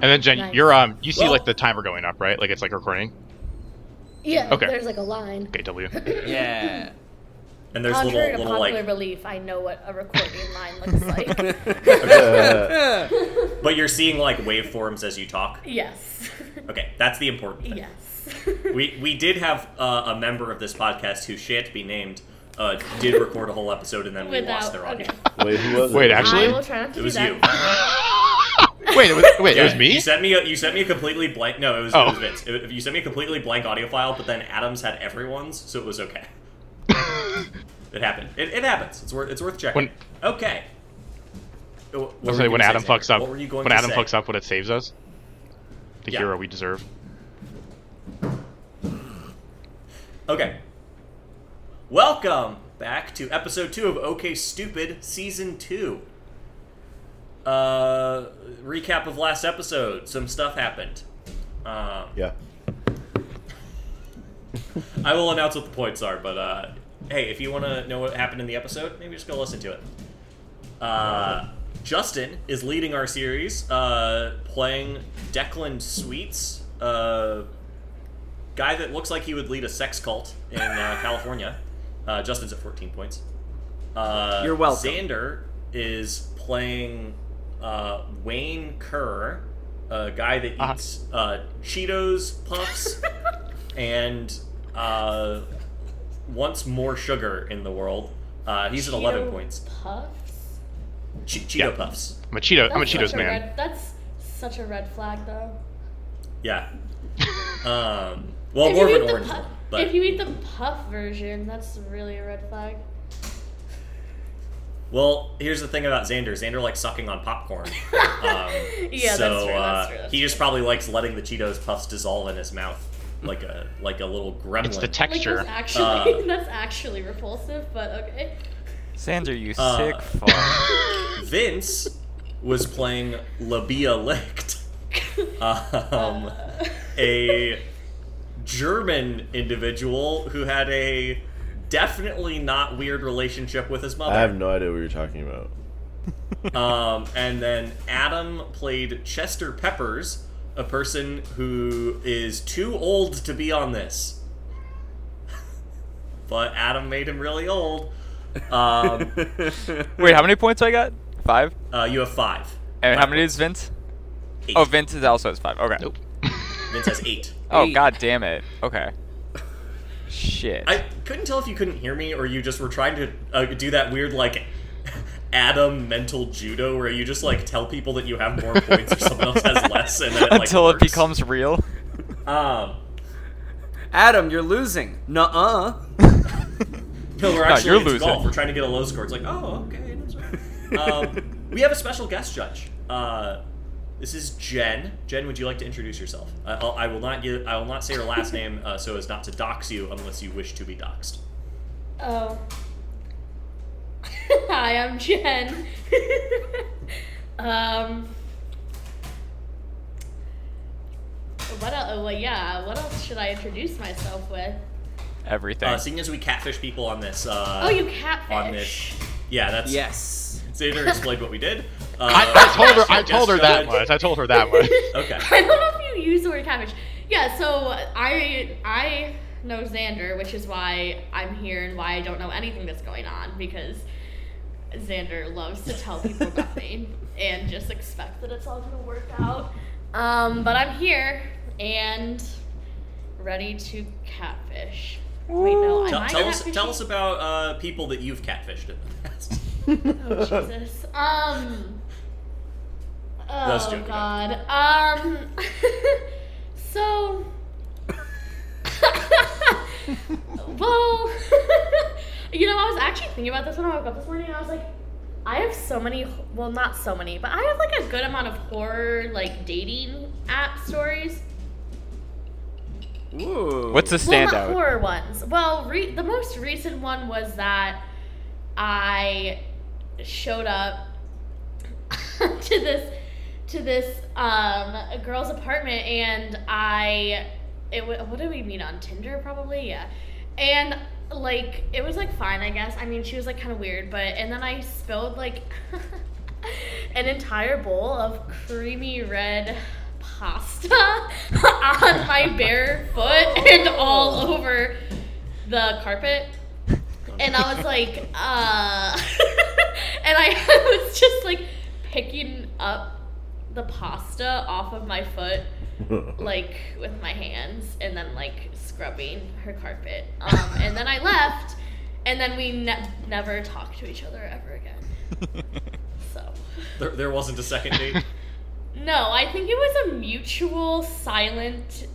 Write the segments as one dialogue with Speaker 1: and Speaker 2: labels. Speaker 1: then Jen,
Speaker 2: Nice.
Speaker 1: you're um, you see
Speaker 2: Whoa.
Speaker 1: like the timer going up, right? Like it's like recording.
Speaker 2: Yeah,
Speaker 1: Okay.
Speaker 2: there's like a line.
Speaker 1: Okay, W.
Speaker 3: Yeah.
Speaker 4: And there's
Speaker 2: Contrary
Speaker 4: little
Speaker 2: to
Speaker 4: little
Speaker 2: popular
Speaker 4: like
Speaker 2: belief, I know what a recording line looks like.
Speaker 4: but you're seeing like waveforms as you talk.
Speaker 2: Yes.
Speaker 4: Okay, that's the important thing.
Speaker 2: yes.
Speaker 4: We we did have uh, a member of this podcast who shan't be named uh, did record a whole episode and then we lost
Speaker 2: Without.
Speaker 4: their
Speaker 2: Okay.
Speaker 4: audio.
Speaker 5: Wait, who was it?
Speaker 1: Wait, actually-
Speaker 2: I will try not
Speaker 4: It
Speaker 2: to do
Speaker 4: was
Speaker 2: that.
Speaker 4: you.
Speaker 1: wait, it was, wait, it was
Speaker 4: Yeah,
Speaker 1: me.
Speaker 4: You sent me a, you sent me a completely blank. No, it was,
Speaker 1: Oh.
Speaker 4: it was Vince. It- you sent me a completely blank audio file, but then Adams had everyone's, so it was okay. it happened. It, it happens. It's worth it's worth checking. okay. What were
Speaker 1: I'll
Speaker 4: you
Speaker 1: say when
Speaker 4: gonna
Speaker 1: Adam
Speaker 4: say,
Speaker 1: fucks
Speaker 4: Xander?
Speaker 1: up.
Speaker 4: What were you going
Speaker 1: When
Speaker 4: to
Speaker 1: Adam
Speaker 4: say?
Speaker 1: fucks up, when it saves us, the
Speaker 4: Yeah.
Speaker 1: hero we deserve.
Speaker 4: Okay. Welcome back to episode two of OK Stupid Season Two. Uh, recap of last episode. Some stuff happened. Um,
Speaker 5: Yeah.
Speaker 4: I will announce what the points are, but uh, hey, if you want to know what happened in the episode, maybe just go listen to it. Uh, Justin is leading our series, uh, playing Declan Sweets, uh, guy that looks like he would lead a sex cult in uh, California. Uh, Justin's at 14 points. Uh,
Speaker 3: You're welcome.
Speaker 4: Xander is playing uh, Wayne Kerr, a guy that
Speaker 1: Uh-huh.
Speaker 4: eats uh, Cheetos, Puffs, and uh, wants more sugar in the world. Uh, he's at 11
Speaker 2: Cheeto
Speaker 4: points.
Speaker 2: Puffs?
Speaker 4: Che- Cheeto
Speaker 1: Yeah.
Speaker 4: Puffs.
Speaker 1: I'm a Cheeto. I'm a
Speaker 2: That's
Speaker 1: Cheetos
Speaker 2: such
Speaker 1: man.
Speaker 2: red- that's such a red flag, though.
Speaker 4: Yeah. Um, well,
Speaker 2: If
Speaker 4: more
Speaker 2: you
Speaker 4: of
Speaker 2: eat
Speaker 4: an
Speaker 2: the
Speaker 4: orange
Speaker 2: puff-
Speaker 4: one. But
Speaker 2: If you eat the puff version, that's really a red flag.
Speaker 4: well, here's the thing about Xander. Xander likes sucking on popcorn. Um, so
Speaker 2: Yeah, that's true.
Speaker 4: uh,
Speaker 2: That's true. That's
Speaker 4: he
Speaker 2: true.
Speaker 4: just probably likes letting the Cheetos Puffs dissolve in his mouth, like a like a little gremlin.
Speaker 1: It's the
Speaker 2: like,
Speaker 1: texture.
Speaker 2: that's
Speaker 4: uh,
Speaker 2: actually that's actually repulsive, but okay.
Speaker 3: Xander, you
Speaker 4: Uh,
Speaker 3: sick fuck.
Speaker 4: Vince was playing Labia Licht, um,
Speaker 2: Uh,
Speaker 4: a German individual who had a definitely not weird relationship with his mother.
Speaker 5: I have no idea what you're talking about.
Speaker 4: Um, and then Adam played Chester Peppers, a person who is too old to be on this. but Adam made him really old. Um,
Speaker 3: Wait, how many points I got? Five.
Speaker 4: uh, you have five.
Speaker 3: And how many is Vince?
Speaker 4: Eight.
Speaker 3: Oh, Vince is also has five. Okay.
Speaker 1: Nope.
Speaker 4: Vince has eight.
Speaker 3: Oh
Speaker 6: Eight.
Speaker 3: god damn it. Okay. Shit.
Speaker 4: I couldn't tell if you couldn't hear me or you just were trying to uh, do that weird like Adam mental judo where you just like tell people that you have more points or someone else has less and then it, like,
Speaker 3: Until it
Speaker 4: works.
Speaker 3: becomes real.
Speaker 4: um
Speaker 6: Adam, you're losing. Nuh-uh.
Speaker 4: no we're
Speaker 3: No,
Speaker 4: actually
Speaker 3: you're
Speaker 4: it's
Speaker 3: losing.
Speaker 4: golf we're trying to get a low score it's like oh okay that's right. um, we have a special guest judge uh, this is Jen Jen would you like to introduce yourself I, I'll, I will not give I will not say your last name uh, so as not to dox you unless you wish to be Uh, doxed
Speaker 2: Oh. Hi, I'm Jen. um. What else? Well, yeah. What else should I introduce myself with?
Speaker 3: Everything.
Speaker 4: uh, seeing as we catfish people on this uh,
Speaker 2: Oh, you catfish.
Speaker 4: on this yeah that's
Speaker 6: Yes.
Speaker 4: Xander explained what we did. Uh,
Speaker 1: I, I told her. I
Speaker 4: guest
Speaker 1: told her that
Speaker 4: judge.
Speaker 1: much. I told her that much.
Speaker 4: Okay.
Speaker 2: I don't know if you use the word cabbage. Yeah, so I I know Xander, which is why I'm here and why I don't know anything that's going on because Xander loves to tell people nothing and just expect that it's all gonna work out. Um, but I'm here and ready to catfish. Wait, no, am
Speaker 4: Tell,
Speaker 2: I
Speaker 4: tell us,
Speaker 2: catfishing?
Speaker 4: tell us about uh, people that you've catfished in the past.
Speaker 2: Oh, Jesus. Um.
Speaker 4: was
Speaker 2: Oh
Speaker 4: joking.
Speaker 2: God. Um. so. well, you know, I was actually thinking about this when I woke up this morning, and I was like, I have so many. Well, not so many, but I have like a good amount of horror, like dating app stories.
Speaker 6: Ooh.
Speaker 3: What's the
Speaker 2: Well, not
Speaker 3: standout?
Speaker 2: horror ones. Well, re- the most recent one was that I showed up to this to this um, girl's apartment, and I it wa- what did we meet on Tinder probably yeah, and like it was like fine I guess I mean she was like kind of weird but and then I spilled like an entire bowl of creamy red pasta on my bare foot and all over the carpet. And I was like, uh. and I was just like picking up the pasta off of my foot like with my hands and then like scrubbing her carpet. Um, and then I left, and then we ne- never talked to each other ever again. So,
Speaker 4: There, there wasn't a second date.
Speaker 2: no, I think it was a mutual silent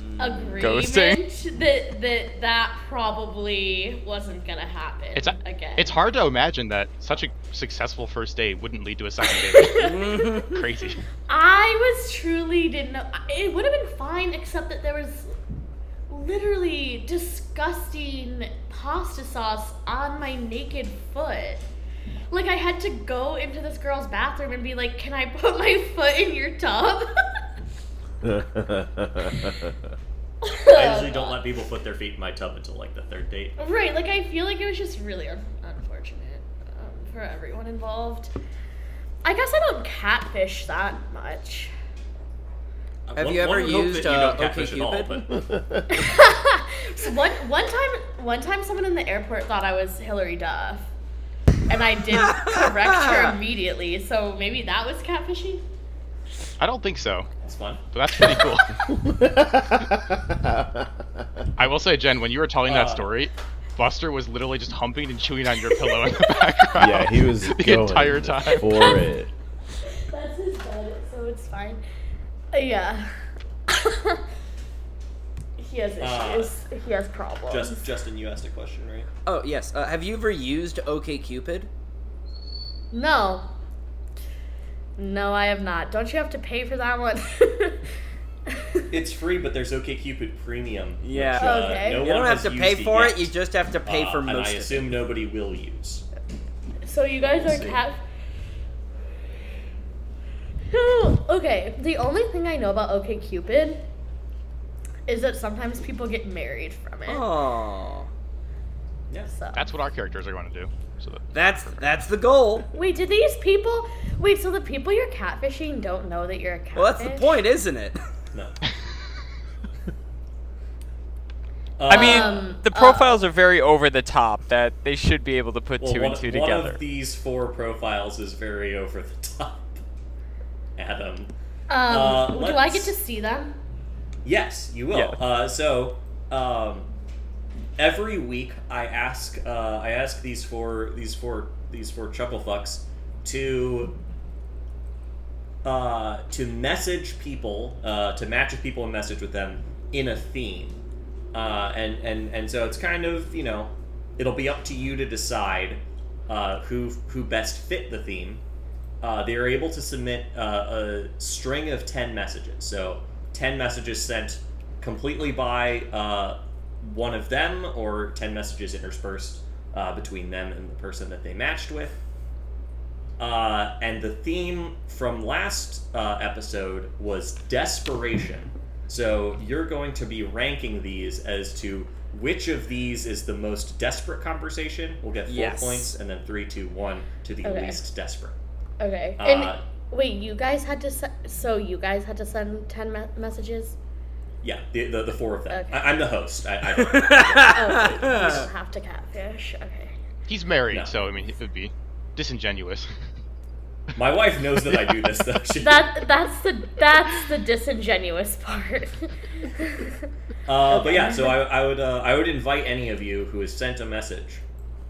Speaker 1: Mm.
Speaker 2: agreement
Speaker 3: Ghosting.
Speaker 2: that that that probably wasn't gonna happen
Speaker 1: It's a-
Speaker 2: again.
Speaker 1: it's hard to imagine that such a successful first date wouldn't lead to a second date. Crazy.
Speaker 2: I was truly didn't know. It would have been fine, except that there was literally disgusting pasta sauce on my naked foot. Like I had to go into this girl's bathroom and be like, "Can I put my foot in your tub?"
Speaker 4: I usually don't let people put their feet in my tub until like the third date.
Speaker 2: Right, like I feel like it was just really un- unfortunate um, for everyone involved. I guess I don't catfish that much.
Speaker 6: Have you ever used, uh, OkCupid?
Speaker 2: So one one time one time someone in the airport thought I was Hillary Duff. And I did correct her immediately, so maybe that was catfishing.
Speaker 1: I don't think so,
Speaker 4: It's fun.
Speaker 1: but that's pretty cool.
Speaker 5: I
Speaker 1: I will say, Jen, when you were telling that
Speaker 4: Uh.
Speaker 1: story, Buster was literally just humping and chewing on your pillow in the background.
Speaker 5: yeah, he was
Speaker 1: the
Speaker 5: going
Speaker 1: entire time.
Speaker 5: for it.
Speaker 2: That's his bed, so it's fine. Uh, yeah. he has
Speaker 4: Uh,
Speaker 2: issues. he has problems.
Speaker 4: Just, Justin, you asked a question, right?
Speaker 6: Oh yes. Uh, have you ever used OkCupid?
Speaker 2: No. No, I have not. Don't you have to pay for that one?
Speaker 4: It's free, but there's OKCupid Premium.
Speaker 6: Yeah.
Speaker 4: which, uh,
Speaker 2: Okay.
Speaker 4: no
Speaker 6: You
Speaker 4: one
Speaker 6: don't have
Speaker 4: has
Speaker 6: to
Speaker 4: used
Speaker 6: pay
Speaker 4: it
Speaker 6: for it.
Speaker 4: yet.
Speaker 6: You just have to pay
Speaker 4: Uh,
Speaker 6: for
Speaker 4: And I
Speaker 6: most. of it.
Speaker 4: assume nobody will use.
Speaker 2: So you guys
Speaker 4: We'll
Speaker 2: are
Speaker 4: see.
Speaker 2: cat. No, okay. The only thing I know about OK Cupid is that sometimes people get married from it.
Speaker 6: Oh,
Speaker 4: Yes.
Speaker 2: So.
Speaker 1: That's what our characters are going to do. So that-
Speaker 6: that's that's the goal.
Speaker 2: Wait, did these people? Wait, so the people you're catfishing don't know that you're a catfish?
Speaker 6: Well, that's the point, isn't it?
Speaker 4: No.
Speaker 3: I
Speaker 4: Uh,
Speaker 3: mean,
Speaker 2: Um,
Speaker 3: the profiles are very over the top that they should be able to put
Speaker 4: well,
Speaker 3: two
Speaker 4: one,
Speaker 3: and two
Speaker 4: one
Speaker 3: together.
Speaker 4: of these four profiles is very over the top. Adam. Uh,
Speaker 2: Um, do I get
Speaker 4: let's-
Speaker 2: to see them?
Speaker 4: Yes, you will.
Speaker 3: Yeah.
Speaker 4: Uh, so, um, every week I ask uh, I ask these four these four these four chuckle fucks to uh, to message people uh, to match with people and message with them in a theme, uh, and and and so it's kind of you know it'll be up to you to decide uh, who who best fit the theme. Uh, they are able to submit uh, a string of 10 messages. So, 10 messages sent completely by uh, one of them, or 10 messages interspersed uh, between them and the person that they matched with. Uh, and the theme from last uh, episode was desperation. So, you're going to be ranking these as to which of these is the most desperate conversation. We'll get four
Speaker 6: Yes.
Speaker 4: points, and then three, two, one to the
Speaker 2: Okay.
Speaker 4: least desperate.
Speaker 2: Okay.
Speaker 4: Uh,
Speaker 2: and wait, you guys had to. Se- so you guys had to send ten me- messages.
Speaker 4: Yeah, the the, the four of them.
Speaker 2: Okay.
Speaker 4: I, I'm the host. I, I
Speaker 2: I Oh, don't have to catfish. Okay.
Speaker 1: he's married,
Speaker 4: No.
Speaker 1: so I mean, it would be disingenuous.
Speaker 4: my wife knows that I do this though. She,
Speaker 2: That that's the that's the disingenuous part.
Speaker 4: uh, but yeah, so I, I would uh, I would invite any of you who has sent a message,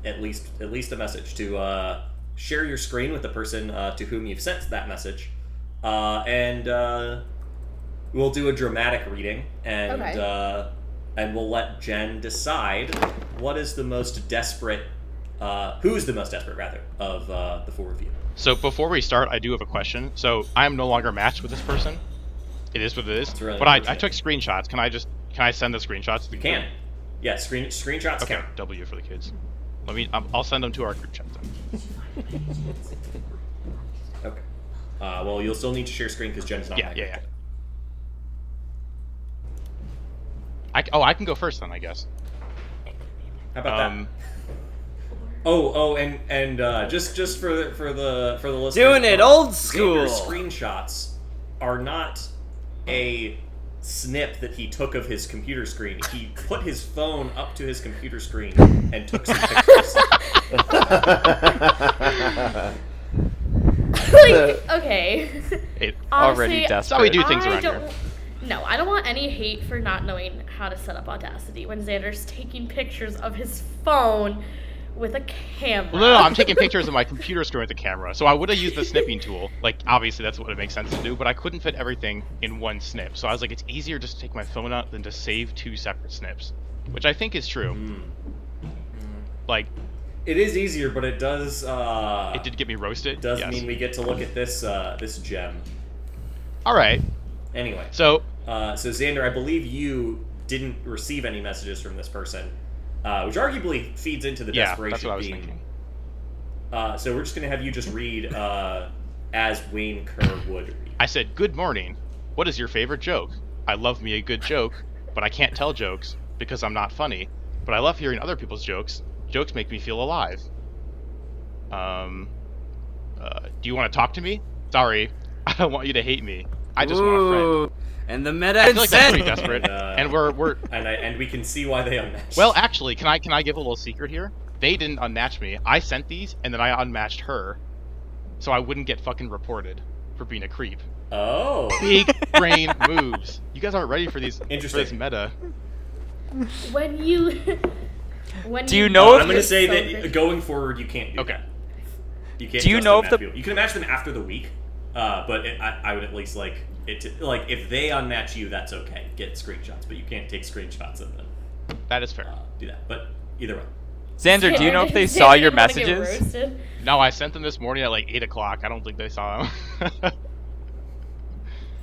Speaker 4: at least at least a message to uh, share your screen with the person uh, to whom you've sent that message, uh, and uh, we'll do a dramatic reading and
Speaker 2: Okay.
Speaker 4: uh, and we'll let Jen decide what is the most desperate, uh, who's the most desperate rather of uh, the four of you.
Speaker 1: so before we start, I do have a question. So I am no longer matched with this person. It is what it is.
Speaker 4: really
Speaker 1: but I, I
Speaker 4: unfortunate.
Speaker 1: took screenshots. Can I just can I send the screenshots? To the
Speaker 4: You can, yeah, screen screenshots
Speaker 1: Okay.
Speaker 4: count.
Speaker 1: W for the kids. Let me. I'm, I'll send them to our group chat then.
Speaker 4: Okay. Uh, well, you'll still need to share screen because Jen's not.
Speaker 1: Yeah,
Speaker 4: back.
Speaker 1: yeah, yeah. I, c- oh, I can go first then, I guess.
Speaker 4: How about
Speaker 1: Um,
Speaker 4: that? Oh, oh, and and uh, just just for the, for the for the listeners,
Speaker 6: Doing it
Speaker 4: uh,
Speaker 6: old
Speaker 4: Xander
Speaker 6: school.
Speaker 4: screenshots are not a snip that he took of his computer screen. He put his phone up to his computer screen and took some pictures.
Speaker 2: like, okay.
Speaker 1: It,
Speaker 3: Already
Speaker 2: Honestly,
Speaker 1: that's how we
Speaker 3: desperate.
Speaker 1: do things
Speaker 2: I
Speaker 1: around
Speaker 2: don't,
Speaker 1: here.
Speaker 2: No, I don't want any hate for not knowing how to set up Audacity when Xander's taking pictures of his phone with a camera.
Speaker 1: Well, no, no, I'm taking pictures of my computer screen with the camera. So I would have used the snipping tool. Like, obviously, that's what it makes sense to do. But I couldn't fit everything in one snip. So I was like, it's easier just to take my phone out than to save two separate snips, which I think is true.
Speaker 4: Mm-hmm.
Speaker 1: Like,
Speaker 4: Hmm. it is easier, but it does. Uh,
Speaker 1: it did get me roasted.
Speaker 4: does
Speaker 1: yes.
Speaker 4: mean we get to look at this uh, this gem.
Speaker 1: All right.
Speaker 4: Anyway,
Speaker 1: So
Speaker 4: uh, so Xander, I believe you didn't receive any messages from this person, uh, which arguably feeds into the
Speaker 1: yeah,
Speaker 4: desperation
Speaker 1: that's what I was
Speaker 4: being
Speaker 1: thinking.
Speaker 4: Uh, so we're just gonna have you just read uh, as Wayne Kerr would.
Speaker 1: I said, "Good morning. What is your favorite joke? I love me a good joke, but I can't tell jokes because I'm not funny. But I love hearing other people's jokes. Jokes make me feel alive." Um, uh, do you want to talk to me? Sorry, I don't want you to hate me. I just want a friend.
Speaker 6: Ooh, And the meta
Speaker 1: I feel like that's
Speaker 6: said-
Speaker 1: pretty desperate.
Speaker 4: Yeah.
Speaker 1: And we're we're
Speaker 4: And I and we can see why they unmatched.
Speaker 1: well, actually, can I can I give a little secret here? They didn't unmatch me. I sent these, and then I unmatched her, so I wouldn't get fucking reported for being a creep.
Speaker 4: oh,
Speaker 1: big brain moves. You guys aren't ready for these.
Speaker 4: Interesting.
Speaker 1: For this meta.
Speaker 2: When you. When
Speaker 3: Do you know
Speaker 4: I'm
Speaker 3: if
Speaker 4: gonna say
Speaker 2: so
Speaker 4: that
Speaker 2: big-
Speaker 4: going forward you can't do.
Speaker 1: Okay.
Speaker 4: that. You can't.
Speaker 3: Do you
Speaker 4: just
Speaker 3: know if
Speaker 4: unmatch
Speaker 3: the-
Speaker 4: people. you can match them after the week? Uh, but it, I, I would at least like it. To, like if they unmatch you, that's okay. Get screenshots, but you can't take screenshots of them.
Speaker 1: That is fair.
Speaker 4: Uh, do that. But either way,
Speaker 3: Xander, do you know if they
Speaker 2: Xander
Speaker 3: saw your
Speaker 2: didn't wanna get
Speaker 3: messages?
Speaker 2: roasted.
Speaker 1: No, I sent them this morning at like eight o'clock. I don't think they saw them.
Speaker 4: I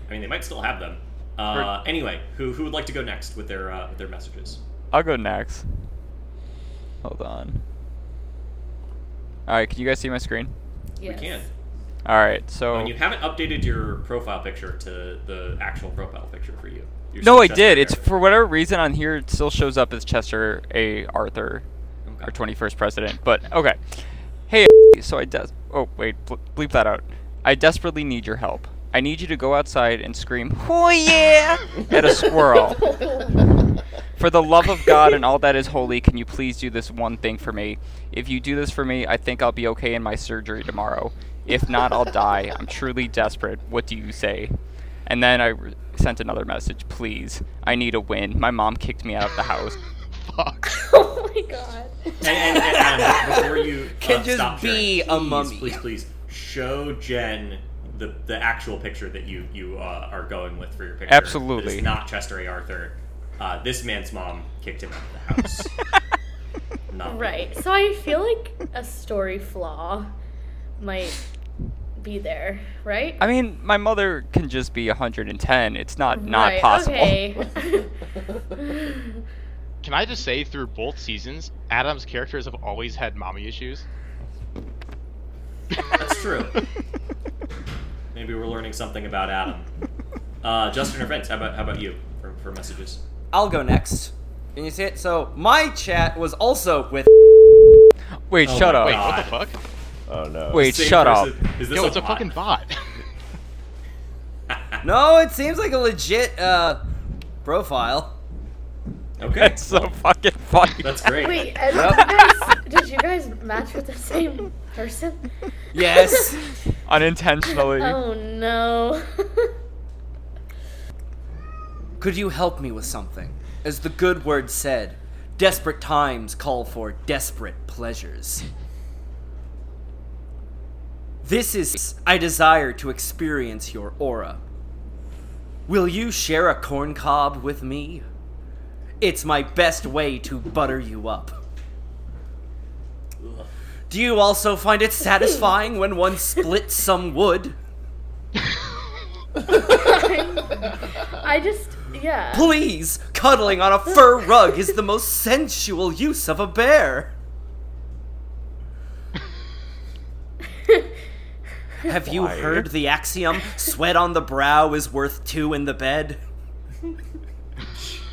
Speaker 4: mean they might still have them. Uh, anyway, who who would like to go next with their uh, with their messages?
Speaker 3: I'll go next. Hold on. All right, can you guys see my screen?
Speaker 2: Yes.
Speaker 4: We can.
Speaker 3: All right, so
Speaker 4: And you haven't updated your profile picture to the actual profile picture for you. You're
Speaker 3: no,
Speaker 4: still
Speaker 3: I
Speaker 4: Chester
Speaker 3: did. It's
Speaker 4: Harris.
Speaker 3: for whatever reason on here it still shows up as Chester A. Arthur, our 21st president. But okay, hey, so I des- oh wait, ble- bleep that out. I desperately need your help. I need you to go outside and scream, "Oh yeah!" at a squirrel. For the love of God and all that is holy, can you please do this one thing for me? If you do this for me, I think I'll be okay in my surgery tomorrow. If not, I'll die. I'm truly desperate. What do you say? And then I re- sent another message. Please, I need a win. My mom kicked me out of the house.
Speaker 1: Fuck.
Speaker 2: Oh my god.
Speaker 4: And, and, and, and before you uh,
Speaker 6: Can just
Speaker 4: stop sharing,
Speaker 6: be a
Speaker 4: please,
Speaker 6: mummy.
Speaker 4: Please, please show Jen the the actual picture that you you uh, are going with for your picture.
Speaker 3: Absolutely.
Speaker 4: it's not Chester A. Arthur. Uh, this man's mom kicked him out of the house. not
Speaker 2: Right. So I feel like a story flaw might be there, right?
Speaker 3: I mean, my mother can just be 110. It's not
Speaker 2: Right,
Speaker 3: not possible.
Speaker 2: Okay.
Speaker 1: Can I just say, through both seasons, Adam's characters have always had mommy issues.
Speaker 4: That's true. Maybe we're learning something about Adam. Uh, Justin or Vince, how about how about you for, for messages?
Speaker 6: I'll go next. Can you see it? So my chat was also with.
Speaker 3: Wait,
Speaker 4: Oh
Speaker 3: shut
Speaker 4: my
Speaker 3: up.
Speaker 1: Wait,
Speaker 4: God.
Speaker 1: what the fuck?
Speaker 5: oh no.
Speaker 3: Wait,
Speaker 4: Same
Speaker 3: shut
Speaker 4: person.
Speaker 3: up.
Speaker 4: Is this
Speaker 1: Yo, it's a
Speaker 4: bot?
Speaker 1: fucking bot.
Speaker 6: No, it seems like a legit uh, profile.
Speaker 4: Okay,
Speaker 3: That's so fucking funny.
Speaker 4: that's great.
Speaker 2: Wait, and
Speaker 6: Yep.
Speaker 2: you guys, did you guys match with the same person?
Speaker 6: Yes.
Speaker 3: Unintentionally.
Speaker 2: Oh no.
Speaker 6: Could you help me with something? As the good word said, desperate times call for desperate pleasures. This is. I desire to experience your aura. Will you share a corn cob with me? It's my best way to butter you up. Do you also find it satisfying when one splits some wood?
Speaker 2: I just, yeah.
Speaker 6: Please, cuddling on a fur rug is the most sensual use of a bear. Have you heard the axiom sweat on the brow is worth two in the bed?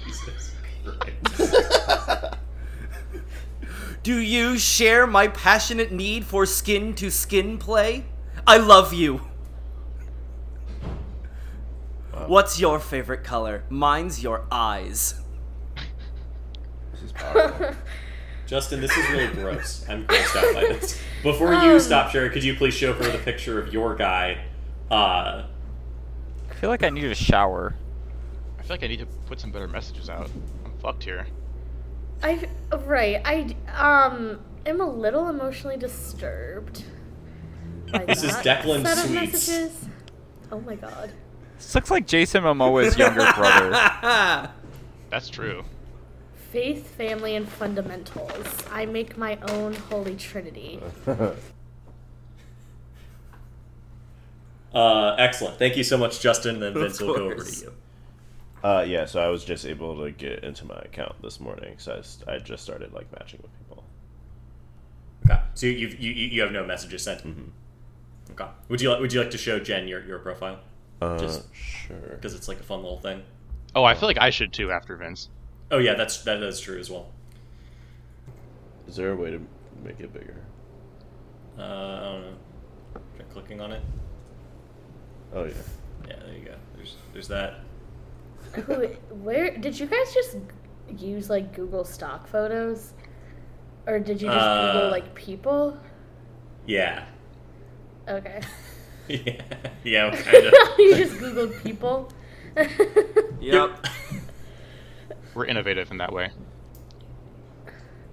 Speaker 4: Jesus Christ.
Speaker 6: Do you share my passionate need for skin to skin play? I love you.
Speaker 5: up.
Speaker 6: What's your favorite color? Mine's your eyes.
Speaker 5: This is powerful.
Speaker 4: Justin, this is really gross. I'm grossed out by this. Before you
Speaker 2: Um.
Speaker 4: stop sharing, could you please show her the picture of your guy? Uh,
Speaker 3: I feel like I need a shower.
Speaker 1: I feel like I need to put some better messages out. I'm fucked here.
Speaker 2: I right. I um am a little emotionally disturbed. by
Speaker 4: This is
Speaker 2: that
Speaker 4: Declan
Speaker 2: set of
Speaker 4: Sweets.
Speaker 2: messages. Oh my god.
Speaker 3: This looks like Jason Momoa's younger brother.
Speaker 1: That's true.
Speaker 2: Faith, family, and fundamentals. I make my own holy trinity.
Speaker 4: uh, excellent. Thank you so much, Justin. Then
Speaker 6: Of
Speaker 4: Vince will go over to
Speaker 6: course.
Speaker 4: you.
Speaker 5: uh, yeah, so I was just able to get into my account this morning, so I, s- I just started like matching with people.
Speaker 4: Okay. So you've, you you you have no messages sent.
Speaker 6: Mm-hmm.
Speaker 4: Okay. Would you like Would you like to show Jen your, your profile?
Speaker 5: Uh,
Speaker 4: Just-
Speaker 5: sure.
Speaker 4: Because it's like a fun little thing.
Speaker 1: Oh, I feel like I should too after Vince.
Speaker 4: Oh yeah, that's that is true as well.
Speaker 5: Is there a way to make it bigger?
Speaker 4: Uh, I don't know. Try clicking on it.
Speaker 5: Oh yeah.
Speaker 4: Yeah, there you go. There's there's that.
Speaker 2: Who? Where did you guys just use like Google stock photos, or did you just
Speaker 4: Uh.
Speaker 2: Google like people?
Speaker 4: Yeah.
Speaker 2: Okay.
Speaker 4: Yeah. yeah. Kind of.
Speaker 2: you just Googled people.
Speaker 6: yep.
Speaker 1: We're innovative in that way.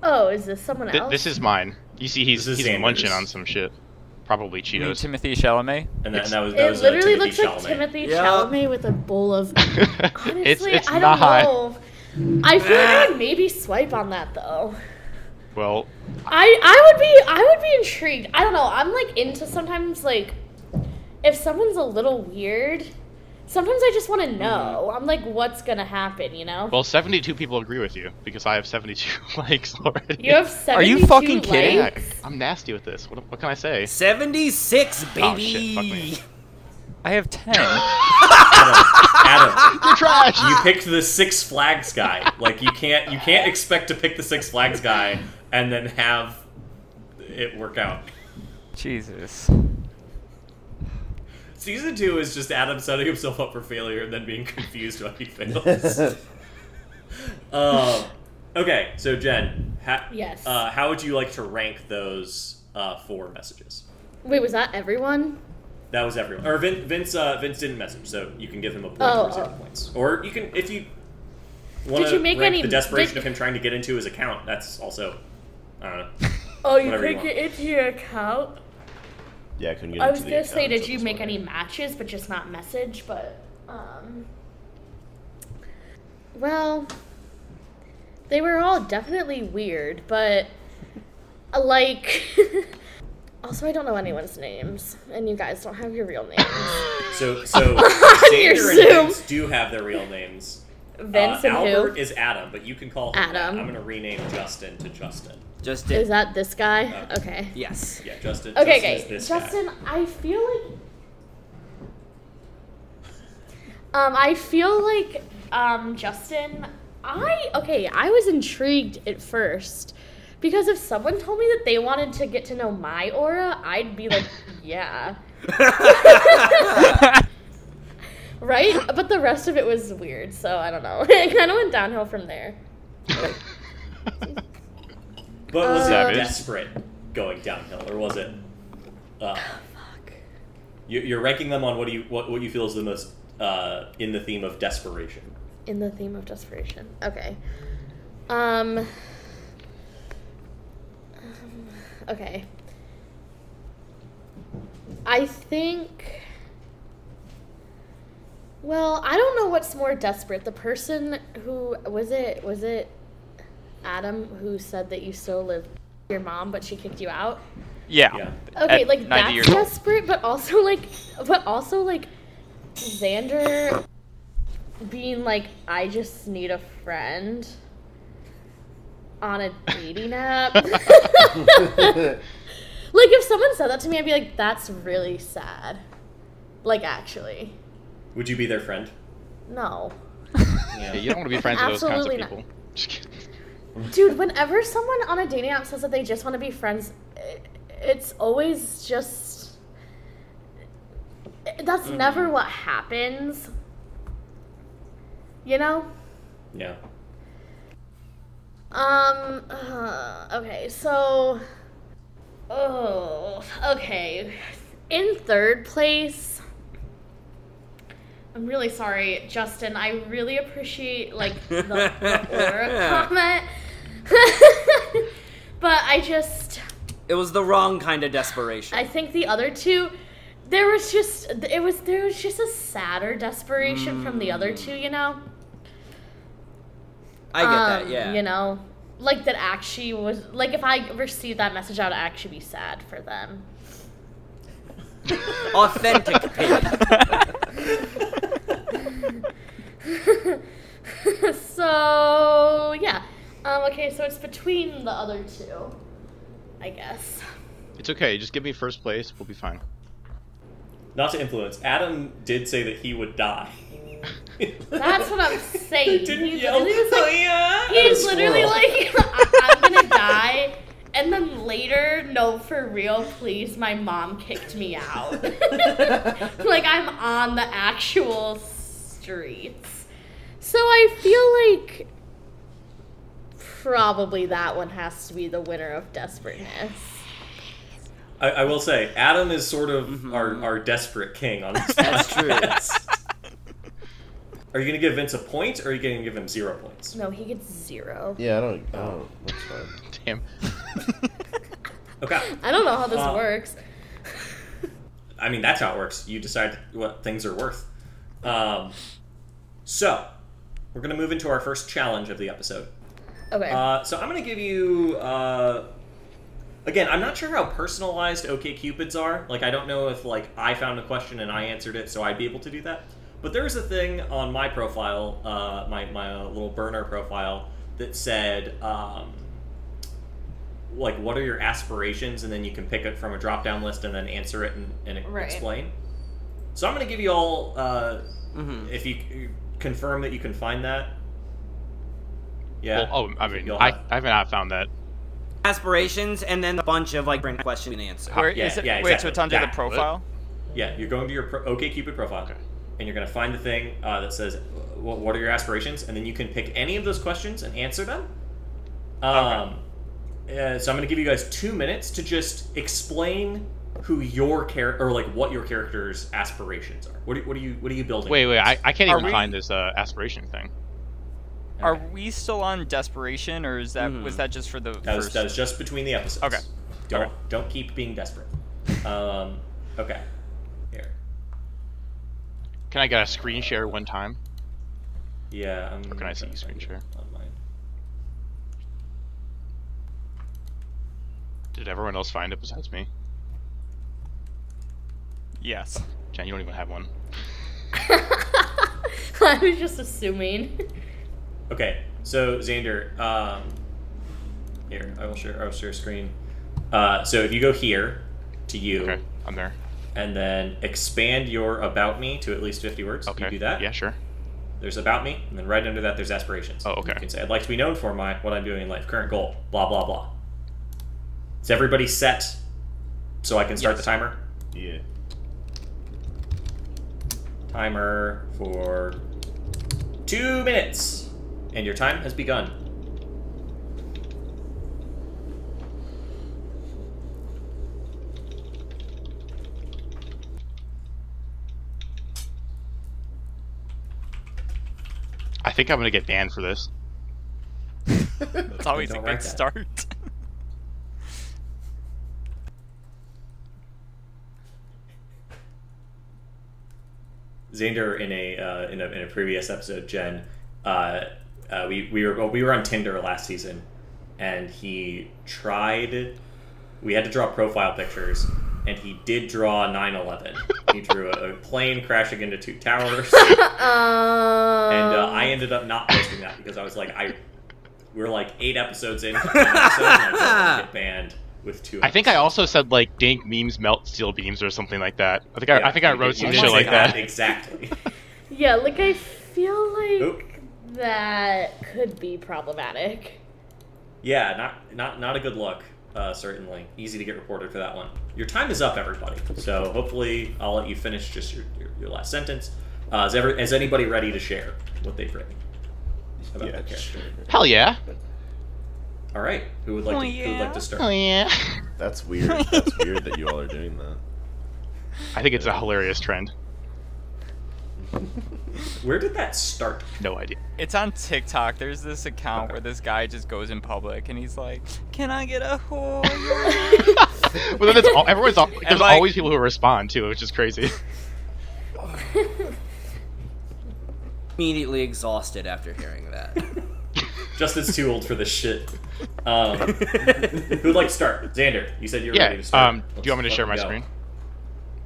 Speaker 2: oh, is this someone
Speaker 1: Th-
Speaker 2: else?
Speaker 1: this is mine. You see, he's
Speaker 4: This is
Speaker 1: he's munching
Speaker 4: Xander's.
Speaker 1: on some shit. Probably
Speaker 3: You mean
Speaker 1: Cheetos.
Speaker 3: Timothy Chalamet?
Speaker 4: And that, and that was that
Speaker 2: It
Speaker 4: was uh,
Speaker 2: literally
Speaker 4: Timothy
Speaker 2: looks like
Speaker 4: Chalamet.
Speaker 2: Timothy
Speaker 6: Yeah.
Speaker 2: Chalamet with a bowl of. Honestly,
Speaker 1: it's it's
Speaker 2: I
Speaker 1: not.
Speaker 2: don't know. I feel like I would maybe swipe on that though.
Speaker 1: Well,
Speaker 2: I I would be I would be intrigued. I don't know. I'm like into sometimes like if someone's a little weird, sometimes I just want to know. I'm like, what's gonna happen? You know.
Speaker 1: well, 72 people agree with you because I have 72 likes already.
Speaker 2: you have seventy.
Speaker 3: you fucking kidding?
Speaker 1: Yeah, I'm nasty with this. What, what can I say?
Speaker 6: 76, baby.
Speaker 1: Oh, shit, fuck me.
Speaker 3: I have ten.
Speaker 4: Adam,
Speaker 1: You're trash.
Speaker 4: you picked the Six Flags guy. Like you can't you can't expect to pick the Six Flags guy and then have it work out.
Speaker 3: Jesus.
Speaker 4: Season two is just Adam setting himself up for failure and then being confused why he fails. um, okay, so Jen, ha-
Speaker 2: Yes.
Speaker 4: uh, how would you like to rank those uh, four messages?
Speaker 2: Wait, was that everyone?
Speaker 4: That was everyone. Or Vin, Vince. Uh, Vince didn't message, so you can give him a point
Speaker 2: Oh,
Speaker 4: for his
Speaker 2: oh.
Speaker 4: hit points. Or you can, if you. Wanna
Speaker 2: you make
Speaker 4: rank
Speaker 2: any-
Speaker 4: The desperation
Speaker 2: did-
Speaker 4: of him trying to get into his account. That's also. I don't know.
Speaker 2: Oh, you
Speaker 4: Whatever you
Speaker 2: picked
Speaker 4: want.
Speaker 2: it into your account.
Speaker 5: Yeah, I couldn't get.
Speaker 2: I
Speaker 5: into
Speaker 2: was
Speaker 5: the
Speaker 2: gonna say,
Speaker 5: account
Speaker 2: did
Speaker 5: until
Speaker 2: you
Speaker 5: this
Speaker 2: make any
Speaker 5: morning.
Speaker 2: matches, but just not message? But, um, well, they were all definitely weird, but uh, like, also I don't know anyone's names, and you guys don't have your real names.
Speaker 4: So, so
Speaker 2: Your
Speaker 4: Xander and
Speaker 2: Zoom.
Speaker 4: Vince do have their real names.
Speaker 2: Vince
Speaker 4: uh,
Speaker 2: and
Speaker 4: Albert
Speaker 2: who?
Speaker 4: is Adam, but you can call him. that.
Speaker 2: Adam.
Speaker 4: I'm gonna rename Justin to Justin.
Speaker 6: Just
Speaker 2: Is
Speaker 6: did.
Speaker 2: that this guy?
Speaker 4: Uh,
Speaker 2: Okay.
Speaker 6: Yes.
Speaker 4: Yeah, Justin.
Speaker 2: Okay,
Speaker 4: Justin
Speaker 2: okay.
Speaker 4: Is this guy.
Speaker 2: Justin, I feel like um I feel like um Justin, I okay, I was intrigued at first because if someone told me that they wanted to get to know my aura, I'd be like, yeah. right? But the rest of it was weird, so I don't know. It kind of went downhill from there.
Speaker 4: But was
Speaker 1: Uh,
Speaker 4: it
Speaker 1: Savage.
Speaker 4: desperate going downhill, or was it?
Speaker 2: Oh,
Speaker 4: Uh, you, you're ranking them on what do you what, what you feel is the most uh, in the theme of desperation.
Speaker 2: in the theme of desperation. Okay. Um. um, Okay. I think. Well, I don't know what's more desperate. The person who was it was it Adam who said that you still live with your mom but she kicked you out.
Speaker 3: Yeah.
Speaker 4: Yeah.
Speaker 2: Okay,
Speaker 3: At
Speaker 2: like
Speaker 3: 90
Speaker 2: that's
Speaker 3: years old.
Speaker 2: desperate, but also like, but also like, Xander being like, I just need a friend on a dating app. like if someone said that to me, I'd be like, that's really sad. Like actually,
Speaker 4: Would you be their friend?
Speaker 2: no.
Speaker 1: Yeah, you don't want to be friends with those kinds of
Speaker 2: Absolutely not.
Speaker 1: people. Just kidding.
Speaker 2: Dude, whenever someone on a dating app says that they just want to be friends, i- it's always just. That's never what happens. You know?
Speaker 4: Yeah.
Speaker 2: Um. uh, okay. So. Oh. Okay. In third place. I'm really sorry, Justin. I really appreciate like the, the aura comment, but I just
Speaker 6: It was the wrong kind of desperation.
Speaker 2: I think the other two, there was just it was there was just a sadder desperation from the other two. You know.
Speaker 6: I get that,
Speaker 2: Um,
Speaker 6: yeah.
Speaker 2: You know, like that actually was like if I received that message, I would actually be sad for them.
Speaker 6: Authentic pity.
Speaker 2: so yeah, um, okay, so it's between the other two, I guess.
Speaker 1: It's okay. Just give me first place. We'll be fine.
Speaker 4: Not to influence. Adam did say that he would die.
Speaker 2: That's what I'm saying.
Speaker 4: They didn't
Speaker 2: He
Speaker 4: yell.
Speaker 2: literally was like-
Speaker 4: "Oh, yeah!" at a
Speaker 2: He's literally
Speaker 4: squirrel.
Speaker 2: like, "I- I'm gonna die. And then later, no, for real, please, my mom kicked me out. like, I'm on the actual streets. So I feel like probably that one has to be the winner of Desperateness.
Speaker 4: I, I will say, Adam is sort of our, our desperate king on this
Speaker 6: That's true.
Speaker 4: podcast. Are you going to give Vince a point, or are you going to give him zero points?
Speaker 2: No, he gets zero.
Speaker 5: Yeah, I don't. I don't that's fine.
Speaker 1: Damn.
Speaker 4: Okay.
Speaker 2: I don't know how this
Speaker 4: Uh,
Speaker 2: works.
Speaker 4: I mean, that's how it works. You decide what things are worth. Um, so, we're going to move into our first challenge of the episode.
Speaker 2: Okay.
Speaker 4: Uh, so, I'm going to give you. Uh, again, I'm not sure how personalized OKCupids are. Like, I don't know if like I found a question and I answered it, so I'd be able to do that. But there was a thing on my profile, uh, my my uh, little burner profile, that said. Um, like what are your aspirations and then you can pick it from a drop down list and then answer it and, and
Speaker 2: Right.
Speaker 4: explain so i'm going to give you all uh,
Speaker 6: Mhm.
Speaker 4: if you c- confirm that you can find that yeah
Speaker 1: Well, oh, I mean,
Speaker 4: You'll
Speaker 1: I,
Speaker 4: have-
Speaker 1: I have not found that.
Speaker 6: Aspirations and then a bunch of like brand question and answer.
Speaker 3: Where
Speaker 4: yeah,
Speaker 3: is it?
Speaker 4: yeah,
Speaker 3: Wait, so
Speaker 4: exactly.
Speaker 3: it's under
Speaker 1: That
Speaker 3: the
Speaker 1: would-
Speaker 3: profile?
Speaker 4: yeah you're going to your pro- okay cupid profile and you're going to find the thing uh, that says what, what are your aspirations and then you can pick any of those questions and answer them um, uh, so i'm going to give you guys two minutes to just explain who your character or like what your character's aspirations are what are, what are you what are you building
Speaker 1: Wait, wait. I, I can't
Speaker 3: Are
Speaker 1: even
Speaker 3: we-
Speaker 1: find this uh, aspiration thing.
Speaker 3: Are we still on desperation, or is that was that just for the
Speaker 4: Mm-hmm. That was,
Speaker 3: first?
Speaker 4: that was just between the episodes.
Speaker 3: Okay.
Speaker 4: Don't
Speaker 3: Okay.
Speaker 4: don't keep being desperate. Um, okay. Here.
Speaker 1: Can I get a screen share one time?
Speaker 4: Yeah. I'm
Speaker 1: Or can I see
Speaker 4: trying to
Speaker 1: screen
Speaker 4: find it On mine.
Speaker 1: Did everyone else find it besides me?
Speaker 3: yes.
Speaker 1: Jen, you don't even have one.
Speaker 2: I was just assuming.
Speaker 4: Okay. So Xander, um, here I will share. I will share screen. Uh, so if you go here to you,
Speaker 1: Okay, I'm there.
Speaker 4: and then expand your about me to at least fifty words.
Speaker 1: Okay.
Speaker 4: You do that.
Speaker 1: Yeah, sure.
Speaker 4: There's about me, and then right under that there's aspirations.
Speaker 1: Oh, okay.
Speaker 4: You can say I'd like to be known for my what I'm doing in life, current goal, blah blah blah. Is everybody set? So I can start
Speaker 3: Yes.
Speaker 4: the timer.
Speaker 5: Yeah.
Speaker 4: Timer for two minutes, and your time has begun.
Speaker 1: I think I'm gonna get banned for this.
Speaker 3: It's always a
Speaker 4: Don't
Speaker 3: good
Speaker 4: write that.
Speaker 3: start.
Speaker 4: Xander in a, uh, in a in a previous episode, Jen, uh, uh, we we were well, we were on Tinder last season, and he tried. We had to draw profile pictures, and he did draw 9/11. he drew a, a plane crashing into two towers, and
Speaker 2: Um,
Speaker 4: uh, I ended up not posting that because I was like, I we we're like eight episodes in, to the episode, and I don't get banned with two.
Speaker 1: I think I
Speaker 4: episodes.
Speaker 1: also said like dank memes melt steel beams or something like that. I think I, I
Speaker 4: Yeah,
Speaker 1: think I
Speaker 4: you
Speaker 1: wrote
Speaker 4: did-
Speaker 1: some
Speaker 4: you
Speaker 1: shit
Speaker 4: said
Speaker 1: like that.
Speaker 4: exactly.
Speaker 2: Yeah, like I feel like
Speaker 4: Oop.
Speaker 2: that could be problematic.
Speaker 4: Yeah, not not not a good look. Uh, certainly, easy to get reported for that one. Your time is up, everybody. So hopefully, I'll let you finish just your, your, your last sentence. Uh, is ever is anybody ready to share what they've written about
Speaker 5: Yeah,
Speaker 4: their character?
Speaker 1: Hell yeah.
Speaker 4: All right, who would like to, who would like to start?
Speaker 1: Hell Oh, yeah.
Speaker 5: That's weird. That's weird that you all are doing that.
Speaker 1: I think it's a hilarious trend.
Speaker 4: Where did that start?
Speaker 1: No idea.
Speaker 3: It's on TikTok. There's this account where this guy just goes in public and he's like, "Can I get a whore?"
Speaker 1: Well, then it's all, everyone's all, there's
Speaker 3: like-
Speaker 1: always people who respond too, which is crazy.
Speaker 6: Immediately exhausted after hearing that.
Speaker 4: Justin's too old for this shit. Um, who'd like to start? Xander, you said you were
Speaker 1: yeah.
Speaker 4: ready to start.
Speaker 1: Um, do you want me
Speaker 4: Let's-
Speaker 1: to share
Speaker 4: let go.
Speaker 1: my screen?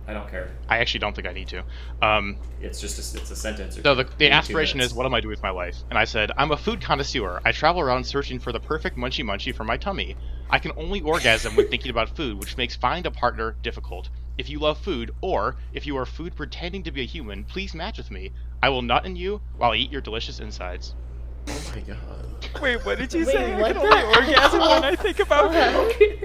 Speaker 4: I don't care.
Speaker 1: I actually don't think I need to. Um,
Speaker 4: It's just a, it's a sentence. Or
Speaker 1: so the,
Speaker 4: maybe
Speaker 1: the
Speaker 4: two
Speaker 1: aspiration
Speaker 4: minutes.
Speaker 1: is, what am I doing with my life? And I said, I'm a food connoisseur. I travel around searching for the perfect munchy munchy for my tummy. I can only orgasm when thinking about food, which makes find a partner difficult. If you love food, or if you are food pretending to be a human, please match with me. I will nut in you while I eat your delicious insides.
Speaker 5: Oh my god.
Speaker 3: Wait, what did you
Speaker 2: Wait,
Speaker 3: say? I
Speaker 2: what
Speaker 3: can only
Speaker 2: the-
Speaker 3: orgasm when I think about
Speaker 2: Fuck.
Speaker 3: What did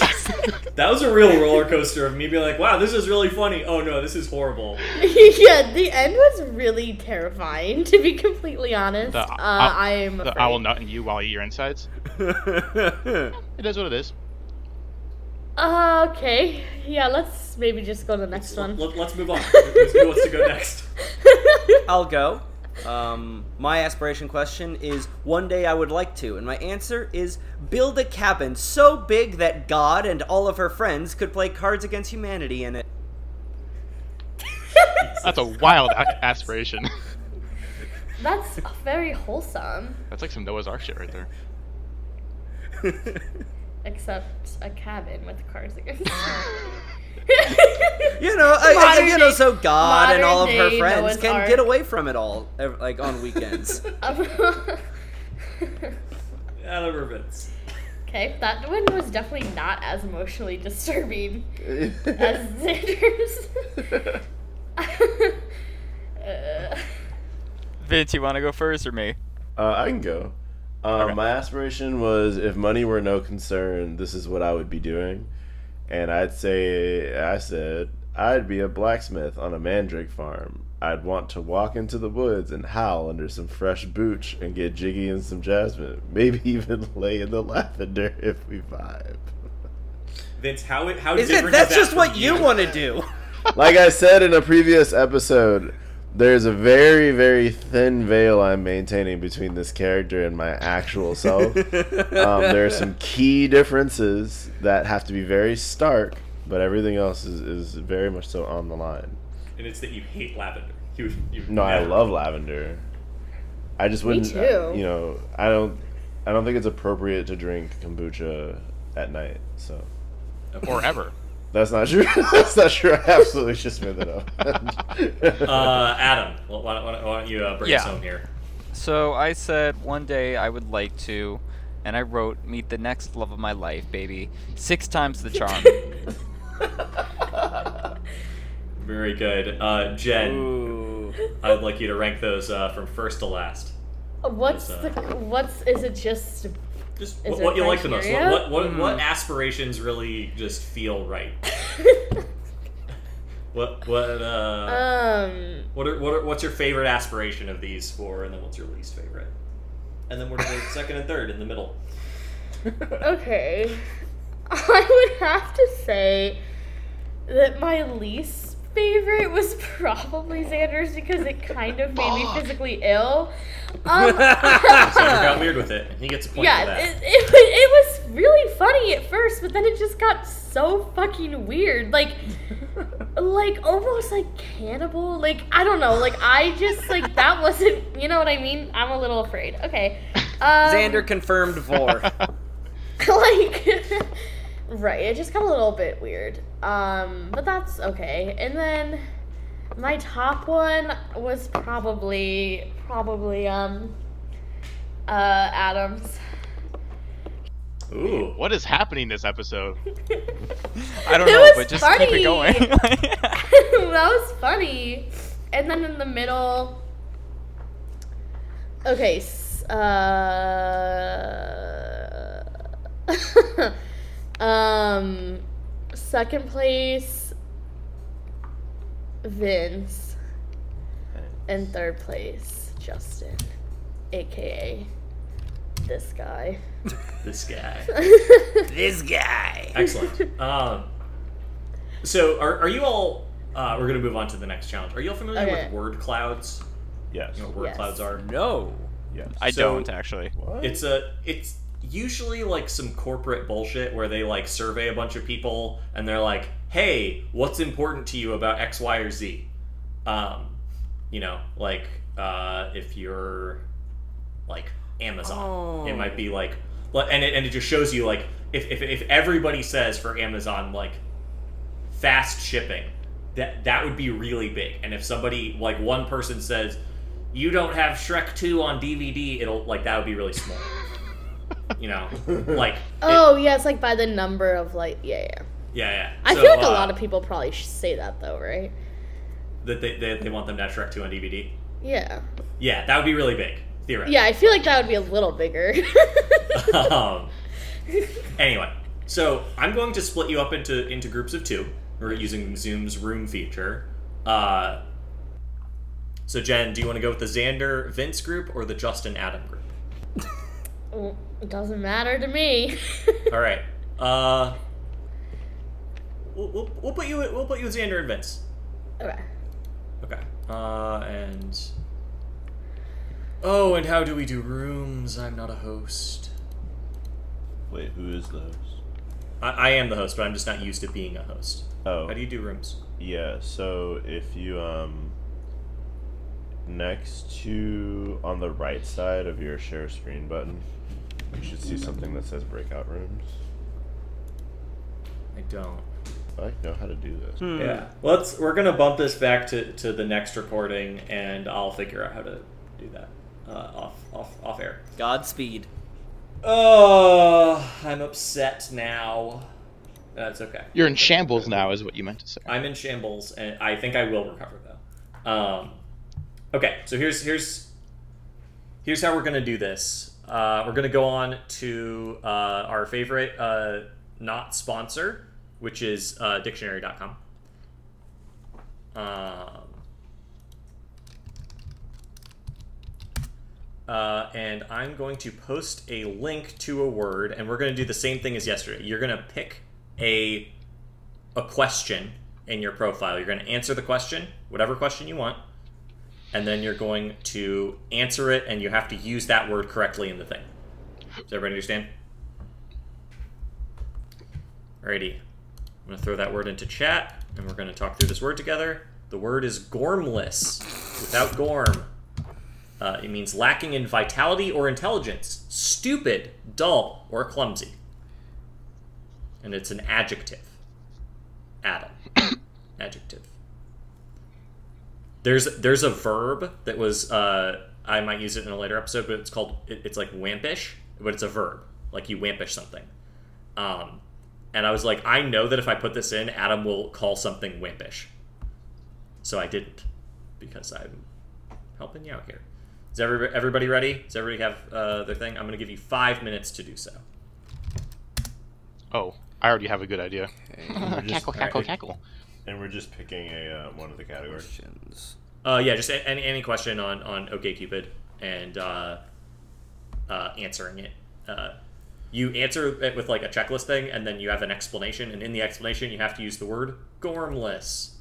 Speaker 3: you say?
Speaker 4: That was a real roller coaster of me being like, "Wow, this is really funny." Oh no, this is horrible.
Speaker 2: yeah, the end was really terrifying. To be completely honest,
Speaker 1: The-
Speaker 2: uh,
Speaker 1: I'll-
Speaker 2: I am.
Speaker 1: The,
Speaker 2: Afraid.
Speaker 1: I will nut in you while I eat your insides. It is what it is.
Speaker 2: Uh, okay. Yeah, let's maybe just go to the next one.
Speaker 4: Let, us move on. Who wants to go next?
Speaker 6: I'll go. Um, my aspiration question is one day I would like to, and my answer is build a cabin so big that God and all of her friends could play Cards Against Humanity in it.
Speaker 1: That's a wild a- aspiration.
Speaker 2: That's very wholesome,
Speaker 1: That's like some Noah's Ark shit right there.
Speaker 2: except a cabin with cars against.
Speaker 6: You know, I, I,
Speaker 2: Modern
Speaker 6: you know,
Speaker 2: day-
Speaker 6: so God and all of her
Speaker 2: modern day
Speaker 6: friends
Speaker 2: Noah's
Speaker 6: can
Speaker 2: Ark.
Speaker 6: get away from it all, ev- like on weekends.
Speaker 4: Out of Rivets.
Speaker 2: okay, that one was definitely not as emotionally disturbing as Xander's. Uh,
Speaker 3: Vince, you want to go first or me?
Speaker 5: Uh, I can go. Um, My aspiration was if money were no concern, this is what I would be doing. And I'd say, I said, I'd be a blacksmith on a mandrake farm. I'd want to walk into the woods and howl under some fresh booch and get jiggy in some jasmine. Maybe even lay in the lavender if we vibe.
Speaker 4: Vince, how how
Speaker 6: Is it?
Speaker 4: different
Speaker 6: That's
Speaker 4: is that
Speaker 6: just
Speaker 4: from
Speaker 6: what you want to do.
Speaker 5: like I said in a previous episode, there's a very, very thin veil I'm maintaining between this character and my actual self. um, there are some key differences that have to be very stark, but everything else is, is very much so on the line.
Speaker 4: And it's that you hate lavender. You, you
Speaker 5: No, I
Speaker 4: never-
Speaker 5: love lavender. I just
Speaker 2: Me
Speaker 5: wouldn't, uh,
Speaker 2: too.
Speaker 5: you know, I don't, I don't think it's appropriate to drink kombucha at night. So
Speaker 1: Or ever.
Speaker 5: that's not true. that's not true. I absolutely just made that up.
Speaker 4: Uh, Adam, why don't, why don't, why don't you uh, bring us
Speaker 3: Yeah.
Speaker 4: home here?
Speaker 3: So I said one day I would like to, and I wrote, meet the next love of my life, baby. Six times the charm.
Speaker 4: Very good, uh, Jen.
Speaker 6: Ooh.
Speaker 4: I'd like you to rank those uh, from first to last.
Speaker 2: what's the?
Speaker 4: It's,
Speaker 2: What's? Is it just?
Speaker 4: Just
Speaker 2: Is
Speaker 4: what,
Speaker 2: it
Speaker 4: what you like the most. What
Speaker 2: criteria?
Speaker 4: what, what, what aspirations really just feel right. What what uh,
Speaker 2: um.
Speaker 4: what, are, what are, what's your favorite aspiration of these four, and then what's your least favorite? And then we're going second and third in the middle.
Speaker 2: Okay. I would have to say that my least favorite was probably Xander's because it kind of made me physically ill. Um,
Speaker 4: So you got weird with it, and he gets a point for
Speaker 2: yeah,
Speaker 4: that.
Speaker 2: it, it, wa- it was really funny at first, but then it just got so fucking weird. Like, like almost like cannibal. Like, I don't know. Like, I just, like, that wasn't, you know what I mean? I'm a little afraid. Okay. Um,
Speaker 6: Xander confirmed vor.
Speaker 2: like right it just got a little bit weird um but that's okay and then my top one was probably probably um uh adams
Speaker 4: Ooh.
Speaker 1: What is happening this episode?
Speaker 3: I don't
Speaker 2: It
Speaker 3: know,
Speaker 2: was
Speaker 3: but just keep it
Speaker 2: funny.
Speaker 3: going.
Speaker 2: that was funny and then in the middle okay s- uh um second place vince
Speaker 7: In third place, Justin, aka this guy.
Speaker 4: This guy.
Speaker 6: This guy.
Speaker 4: Excellent. Um, so, are, are you all? Uh, we're going to move on to the next challenge. Are you all familiar
Speaker 7: Okay.
Speaker 4: with word clouds?
Speaker 5: Yes.
Speaker 4: You know what word
Speaker 7: Yes.
Speaker 4: clouds are?
Speaker 6: No.
Speaker 5: Yes.
Speaker 3: I
Speaker 4: So-
Speaker 3: don't actually.
Speaker 5: What?
Speaker 4: It's a. It's usually like some corporate bullshit where they like survey a bunch of people and they're like, "Hey, what's important to you about X, Y, or Z?" Um, you know, like uh, if you're like Amazon, it
Speaker 6: Oh.
Speaker 4: might be like, like- and it and it just shows you like if if if everybody says for Amazon like fast shipping, that that would be really big. And if somebody like one person says you don't have Shrek 2 on DVD, it'll like that would be really small. you know, like it-
Speaker 7: Oh yeah, it's like by the number of like yeah yeah.
Speaker 4: yeah, yeah.
Speaker 7: I
Speaker 4: So,
Speaker 7: feel like a
Speaker 4: uh,
Speaker 7: lot of people probably sh- say that though, right?
Speaker 4: that they, they, they want them to have Shrek 2 on DVD.
Speaker 7: Yeah.
Speaker 4: Yeah, that would be really big, theoretically.
Speaker 7: Yeah, I feel like that would be a little bigger.
Speaker 4: um, anyway, so I'm going to split you up into into groups of two. We're using Zoom's room feature. Uh, so Jen, do you want to go with the Xander Vince group or the Justin Adam group?
Speaker 7: Mm, it doesn't matter to me.
Speaker 4: All right. Uh, we'll, we'll, we'll put you we'll put you with Xander and Vince.
Speaker 7: okay.
Speaker 4: Okay. Uh, and oh, and how do we do rooms? I'm not a host.
Speaker 5: Wait, who is the host?
Speaker 4: I, I am the host, but I'm just not used to being a host.
Speaker 5: Oh,
Speaker 4: How do you do rooms?
Speaker 5: yeah. So if you um, next to on the right side of your share screen button, you should see something that says breakout rooms.
Speaker 4: I don't.
Speaker 5: I know how to do
Speaker 1: Hmm.
Speaker 5: this.
Speaker 4: Yeah. Hmm. Let's. We're gonna bump this back to, to the next recording, and I'll figure out how to do that uh, off off off air.
Speaker 6: Godspeed.
Speaker 4: Oh, I'm upset now. That's okay.
Speaker 1: You're in shambles now, is what you meant to say.
Speaker 4: I'm in shambles, and I think I will recover though. Um, okay, so here's here's here's how we're gonna do this. Uh, we're gonna go on to uh, our favorite uh, not sponsor, which is uh, dictionary.com. Um, uh, and I'm going to post a link to a word, and we're going to do the same thing as yesterday. You're going to pick a a question in your profile. You're going to answer the question, whatever question you want, and then you're going to answer it, and you have to use that word correctly in the thing. Does everybody understand? Alrighty. I'm going to throw that word into chat, and we're going to talk through this word together. The word is gormless, without gorm. Uh, it means lacking in vitality or intelligence, stupid, dull, or clumsy. And it's an adjective. Adam. Adjective. There's there's a verb that was uh, I might use it in a later episode, but it's called it, it's like wampish, but it's a verb like you wampish something. Um, and I was like, I know that if I put this in, Adam will call something wampish. So I didn't because I'm helping you out here. Is everybody, everybody ready? Does everybody have uh, their thing? I'm going to give you five minutes to do so.
Speaker 1: Oh, I already have a good idea. cackle, cackle, Oh,
Speaker 4: alright.
Speaker 1: cackle.
Speaker 5: And we're just picking a uh, one of the categories.
Speaker 6: Questions.
Speaker 4: Uh, yeah, just a- any any question on on OKCupid and uh, uh, answering it. Uh, you answer it with like a checklist thing, and then you have an explanation, and in the explanation, you have to use the word gormless.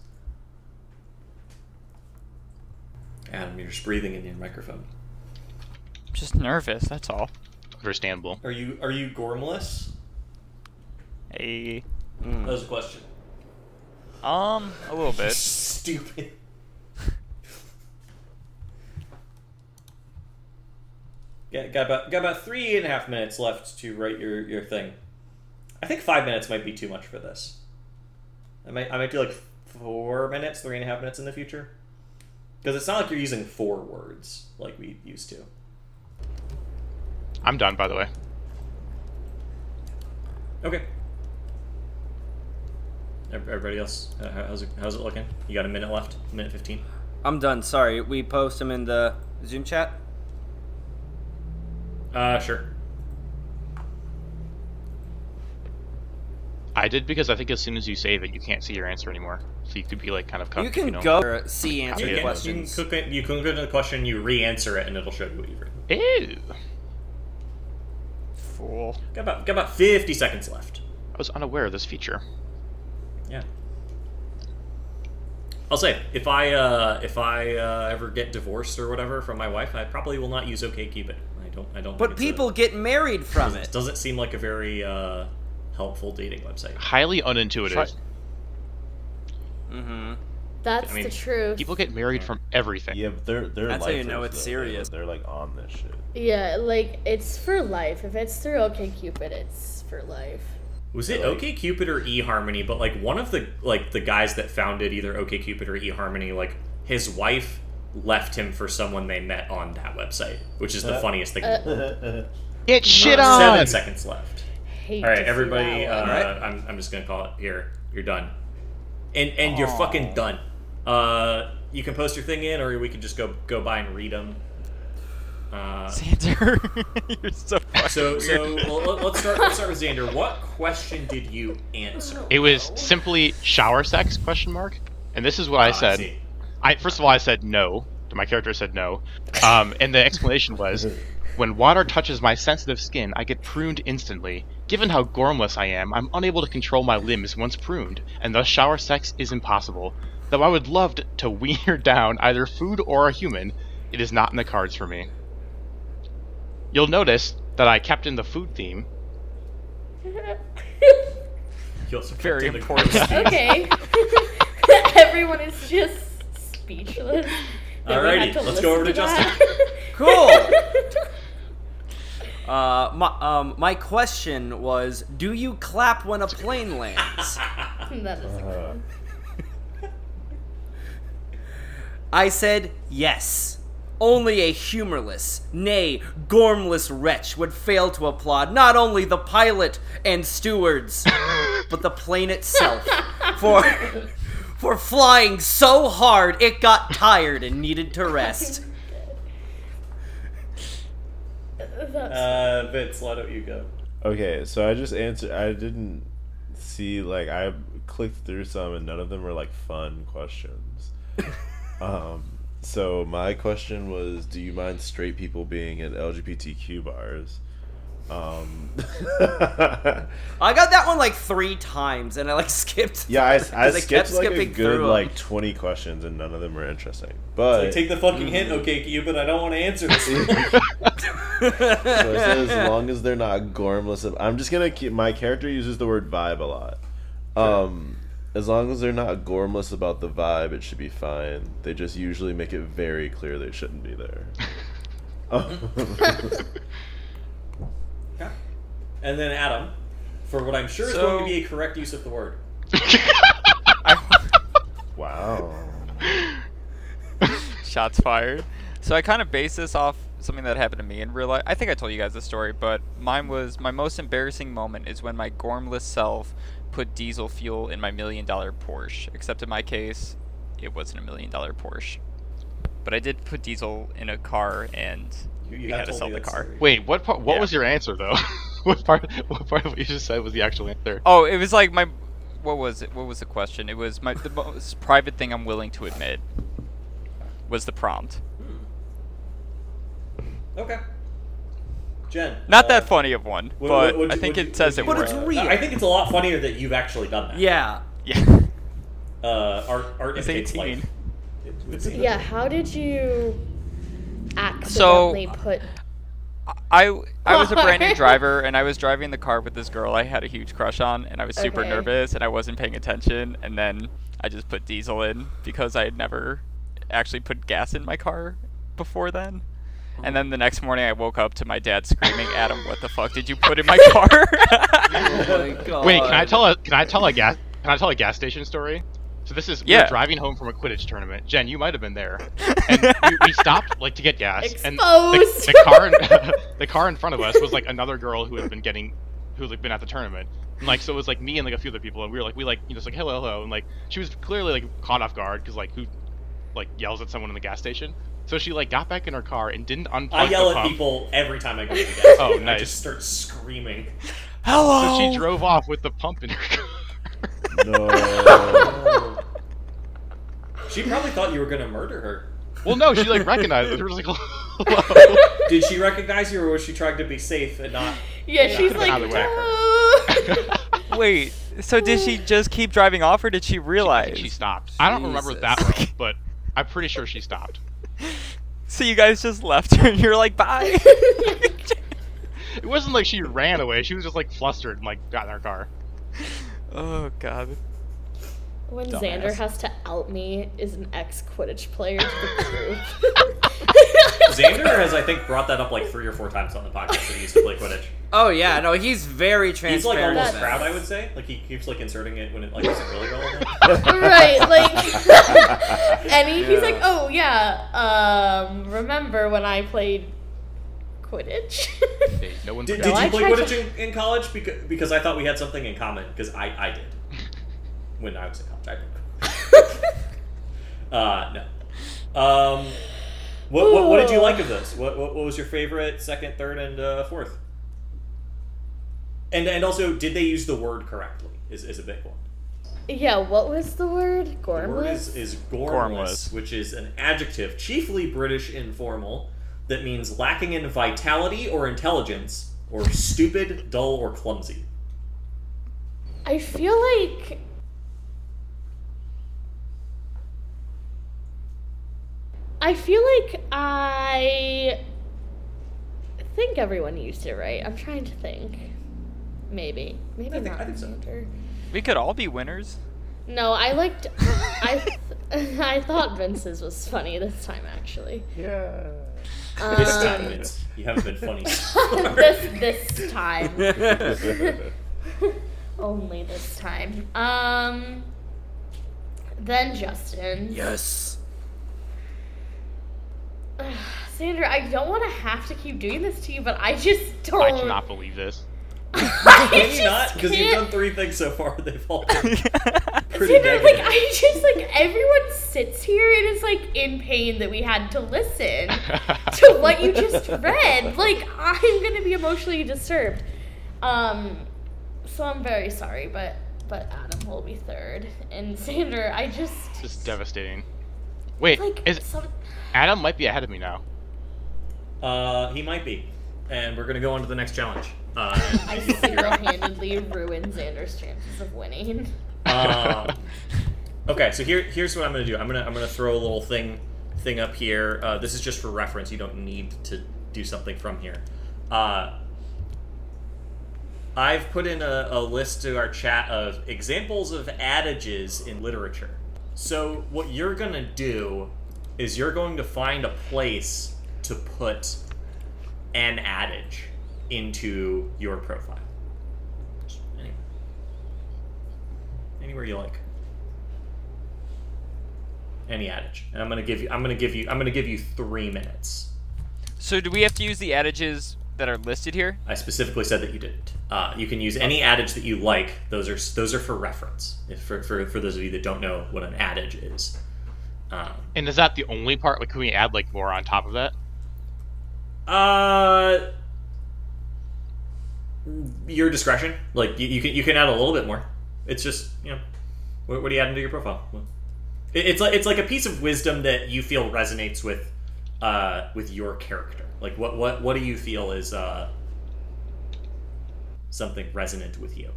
Speaker 4: Adam, you're just breathing in your microphone.
Speaker 3: I'm just nervous. That's all.
Speaker 1: Understandable.
Speaker 4: Are you are you gormless?
Speaker 3: Hey,
Speaker 4: That was a question.
Speaker 3: um, a little bit.
Speaker 4: Stupid. Yeah, got about got about three and a half minutes left to write your, your thing. I think five minutes might be too much for this. I might I might do like four minutes, three and a half minutes in the future, because it's not like you're using four words like we used to.
Speaker 1: I'm done, by the way.
Speaker 4: Okay. Ev- Everybody else, uh, how- how's it, how's it looking? You got a minute left, minute fifteen.
Speaker 6: I'm done. Sorry. We post them in the Zoom chat.
Speaker 4: Uh, sure.
Speaker 1: I I did because I think as soon as you save it, you can't see your answer anymore. So you could be like kind of cut.
Speaker 6: You
Speaker 1: if
Speaker 6: can
Speaker 1: don't-
Speaker 6: go or see answer
Speaker 1: Yeah.
Speaker 4: You can, you, can
Speaker 1: Yeah.
Speaker 6: questions.
Speaker 4: click it- you can click on the question, you re-answer it, and it'll show you what you've written.
Speaker 1: Ew.
Speaker 3: Fool.
Speaker 4: Got about, got about 50 seconds left.
Speaker 1: I was unaware of this feature.
Speaker 4: Yeah. I'll say if I uh, if I uh, ever get divorced or whatever from my wife, I probably will not use OKCupid. I don't. I don't.
Speaker 6: But
Speaker 4: think it's a-
Speaker 6: people get married from
Speaker 4: it
Speaker 6: it.
Speaker 4: doesn't seem like a very uh, helpful dating website.
Speaker 1: Highly unintuitive.
Speaker 3: Try-
Speaker 6: Mm-hmm.
Speaker 7: That's
Speaker 1: I mean,
Speaker 7: the truth.
Speaker 1: People get married from everything.
Speaker 5: Yeah, but they're they're.
Speaker 6: That's how you know
Speaker 5: lifers,
Speaker 6: it's
Speaker 5: though. They're-
Speaker 6: serious.
Speaker 5: They're, like on this shit.
Speaker 7: Yeah, like it's for life. If it's through OKCupid, it's for life.
Speaker 4: Was it OKCupid or eHarmony? But like one of the like the guys that founded either OKCupid or eHarmony, like his wife left him for someone they met on that website, which is the
Speaker 5: Uh,
Speaker 4: funniest thing. in the world.
Speaker 1: Get shit on.
Speaker 4: Uh, Seven seconds left.
Speaker 7: Hate
Speaker 4: All
Speaker 7: to
Speaker 4: right,
Speaker 7: see
Speaker 4: everybody.
Speaker 7: that
Speaker 4: Uh,
Speaker 7: one.
Speaker 6: Alright.
Speaker 4: I'm, I'm just gonna call it here. You're done, and and you're fucking done. Uh, you can post your thing in, or we can just go go by and read them. Uh,
Speaker 3: Xander, you're so fucking
Speaker 4: so
Speaker 3: weird.
Speaker 4: so well, let- let's start. Let's start with Xander. What question did you answer?
Speaker 1: It was simply shower sex question mark, and this is what I
Speaker 4: Ah,
Speaker 1: said.
Speaker 4: see.
Speaker 1: I first of all I said no. My character said no, um, and the explanation was, when water touches my sensitive skin, I get pruned instantly. Given how gormless I am, I'm unable to control my limbs once pruned, and thus shower sex is impossible. Though I would love t- to wean down either food or a human, it is not in the cards for me. You'll notice that I kept in the food theme.
Speaker 4: You also kept
Speaker 3: Very
Speaker 4: in the-
Speaker 3: important.
Speaker 4: uh,
Speaker 7: okay. Everyone is just speechless. that we had
Speaker 4: Alrighty,
Speaker 7: to
Speaker 4: let's go over
Speaker 7: listen
Speaker 4: to
Speaker 7: that.
Speaker 6: Cool. Uh, my, um, my question was, do you clap when a plane lands?
Speaker 7: that is a good
Speaker 5: Uh,
Speaker 7: one.
Speaker 6: I said yes. Only a humorless, nay, gormless wretch would fail to applaud not only the pilot and stewards, but the plane itself for for flying so hard it got tired and needed to rest.
Speaker 7: That's-
Speaker 4: Uh, Vince, why don't you go?
Speaker 5: okay, so I just answered. I didn't see like I clicked through some and none of them were like fun questions. um, so my question was, do you mind straight people being at LGBTQ bars? Um,
Speaker 6: I got that one like three times and I like skipped.
Speaker 5: yeah, I, I
Speaker 6: 'Cause I kept
Speaker 5: skipped like a
Speaker 6: skipping
Speaker 5: good
Speaker 6: through 'em.
Speaker 5: like twenty questions and none of them were interesting.
Speaker 4: Like,
Speaker 5: But
Speaker 4: take the fucking hint,
Speaker 3: Mm-hmm.
Speaker 4: okay, Cupid. I don't want to answer this.
Speaker 5: So I said, as long as they're not gormless, ab- I'm just gonna keep. My character uses the word vibe a lot. Um, as long as they're not gormless about the vibe, it should be fine. They just usually make it very clear they shouldn't be there. Oh.
Speaker 4: Okay. and then Adam, for what I'm sure is
Speaker 3: So-
Speaker 4: going to be a correct use of the word.
Speaker 5: wow.
Speaker 3: Shots fired. So I kind of base this off something that happened to me in real life. I think I told you guys this story, but mine was my most embarrassing moment is when my gormless self put diesel fuel in my million dollar Porsche. Except in my case, it wasn't a million dollar Porsche. But I did put diesel in a car and
Speaker 4: You,
Speaker 3: we
Speaker 4: have
Speaker 3: had to
Speaker 4: told
Speaker 3: sell
Speaker 4: me
Speaker 3: the
Speaker 4: that
Speaker 3: car.
Speaker 4: story.
Speaker 1: Wait, what part? What
Speaker 3: Yeah.
Speaker 1: was your answer though? what part? What part of what you just said was the actual answer?
Speaker 3: Oh, it was like my what was it? What was the question? It was my the most private thing I'm willing to admit was the prompt.
Speaker 4: Okay. Jen.
Speaker 3: Not
Speaker 4: uh,
Speaker 3: that funny of one,
Speaker 4: what-
Speaker 3: but
Speaker 4: what-
Speaker 3: I think
Speaker 4: what-
Speaker 3: it says it
Speaker 6: But
Speaker 3: worked.
Speaker 6: it's
Speaker 4: uh,
Speaker 6: real.
Speaker 4: I think it's a lot funnier that you've actually done that.
Speaker 6: Yeah.
Speaker 3: Yeah.
Speaker 4: Uh, art, art
Speaker 3: It's
Speaker 4: imitates
Speaker 3: 18.
Speaker 4: life. It would seem.
Speaker 7: yeah, how did you accidentally put?
Speaker 3: I I was a brand new
Speaker 7: Car.
Speaker 3: driver and I was driving the car with this girl I had a huge crush on and I was super
Speaker 7: Okay.
Speaker 3: nervous and I wasn't paying attention and then I just put diesel in because I had never actually put gas in my car before then. And then the next morning I woke up to my dad screaming, "Adam, what the fuck did you put in my car?"
Speaker 6: Oh my god.
Speaker 4: Uh,
Speaker 1: Wait, can I tell a can I tell a gas can I tell a gas station story? So this is we
Speaker 3: Yeah.
Speaker 1: were driving home from a Quidditch tournament. Jen, you might have been there. And we, we stopped like to get gas, and the,
Speaker 7: Exposed.
Speaker 1: the car in, the car in front of us was like another girl who had been getting who had like, been at the tournament. And, like so it was like me and like a few other people, and we were like we like you know it's like hello hello, and like she was clearly like caught off guard because like who like yells at someone in the gas station. So she like got back in her car and didn't unplug
Speaker 4: I yell
Speaker 1: the
Speaker 4: at
Speaker 1: pump.
Speaker 4: people every time I go to the gas.
Speaker 1: Uh-huh. Oh,
Speaker 4: station. I
Speaker 1: nice.
Speaker 4: just start screaming.
Speaker 3: Hello.
Speaker 1: So she drove off with the pump in her car.
Speaker 8: No.
Speaker 4: She probably thought you were gonna murder her.
Speaker 1: Well, no, she like recognized it. She was like, "Hello."
Speaker 4: Did she recognize you, or was she trying to be safe and not?
Speaker 5: Yeah,
Speaker 4: Yeah.
Speaker 5: she's
Speaker 4: Could've
Speaker 1: been
Speaker 5: like,
Speaker 1: either way.
Speaker 5: "Oh."
Speaker 3: Wait, so did she just keep driving off, or did she
Speaker 1: I
Speaker 3: realize?
Speaker 1: think she stopped. I don't remember that
Speaker 3: Jesus.
Speaker 1: well, but I'm pretty sure she stopped.
Speaker 3: so you guys just left her, and you're like, bye.
Speaker 1: It wasn't like she ran away. She was just like flustered and like got in her car.
Speaker 3: oh God.
Speaker 2: When
Speaker 3: Dumbass.
Speaker 2: Xander has to out me is an ex Quidditch player to the group.
Speaker 4: Xander has, I think, brought that up like three or four times on the podcast. That he used to play Quidditch.
Speaker 6: Oh yeah, no, he's very
Speaker 4: He's like
Speaker 6: transparent.
Speaker 4: almost
Speaker 6: about
Speaker 4: proud,
Speaker 6: it.
Speaker 4: I would say. Like he keeps like inserting it when it like isn't really relevant.
Speaker 5: right, like, and he, he's like,
Speaker 8: Yeah.
Speaker 5: oh yeah, um, remember when I played Quidditch?
Speaker 1: Hey, no one's
Speaker 4: Did,
Speaker 1: forgotten.
Speaker 4: did you
Speaker 5: I
Speaker 4: play
Speaker 5: tried
Speaker 4: Quidditch in, in college? Because, because I thought we had something in common. Because I, I did when I was in college. I did. uh, no. Um, what, what, what did you like of this? What, what, what was your favorite? Second, third, and uh, fourth. And and also, did they use the word correctly? Is, is a big one.
Speaker 2: yeah, what was the word?
Speaker 4: The word is,
Speaker 2: Gormless?
Speaker 4: is gormless,
Speaker 3: Gormless.
Speaker 4: which is an adjective, chiefly British informal, that means lacking in vitality or intelligence, or stupid, dull, or clumsy.
Speaker 2: I feel like. I feel like I think everyone used it right. I'm trying to think. Maybe. Maybe
Speaker 4: I think-
Speaker 2: not.
Speaker 4: I think so.
Speaker 2: Xander.
Speaker 3: We could all be winners.
Speaker 2: No, I liked. I th- I thought Vince's was funny this time actually.
Speaker 8: yeah.
Speaker 2: Um,
Speaker 4: This time, Vince, you haven't been funny.
Speaker 2: this this time.
Speaker 8: That's
Speaker 2: Only this time. Um. Then Justin.
Speaker 6: yes.
Speaker 2: Sandra, I don't want to have to keep doing this to you, but I just don't.
Speaker 1: I cannot believe this.
Speaker 2: I
Speaker 4: Maybe
Speaker 2: just
Speaker 4: not, because you've done
Speaker 2: can't-
Speaker 4: three things so far. They've all been pretty
Speaker 2: Sandra, like
Speaker 4: negative.
Speaker 2: I just like everyone sits here and is like in pain that we had to listen. to what you just read. Like I'm gonna be emotionally disturbed. Um, so I'm very sorry, but but Adam will be third, and Sander, I just
Speaker 1: This is devastating. Wait,
Speaker 2: like
Speaker 1: is
Speaker 2: some.
Speaker 1: Adam might be ahead of me now.
Speaker 4: uh, he might be, and we're gonna go on to the next challenge. Uh,
Speaker 2: I single-handedly ruined Xander's chances of winning.
Speaker 1: Uh.
Speaker 4: Um, okay, so here here's what I'm gonna do. I'm gonna I'm gonna throw a little thing thing up here. Uh, this is just for reference. You don't need to do something from here. Uh, I've put in a, a list to our chat of examples of adages in literature. So what you're gonna do is you're going to find a place to put an adage into your profile. Just Anywhere, anywhere you like. Any adage, and I'm gonna give you. I'm gonna give you. I'm gonna give you three minutes.
Speaker 3: so do we have to use the adages that are listed here?
Speaker 4: I specifically said that you didn't. Uh, you can use any adage that you like. Those are those are for reference. If for, for, for those of you that don't know what an adage is, um,
Speaker 1: And is that the only part? Like, can we add like more on top of that?
Speaker 4: uh, your discretion. Like you, you can you can add a little bit more. It's just you know, what, what do you add into your profile? It, it's like it's like a piece of wisdom that you feel resonates with, uh, with your character. Like what what what do you feel is uh, something resonant with you?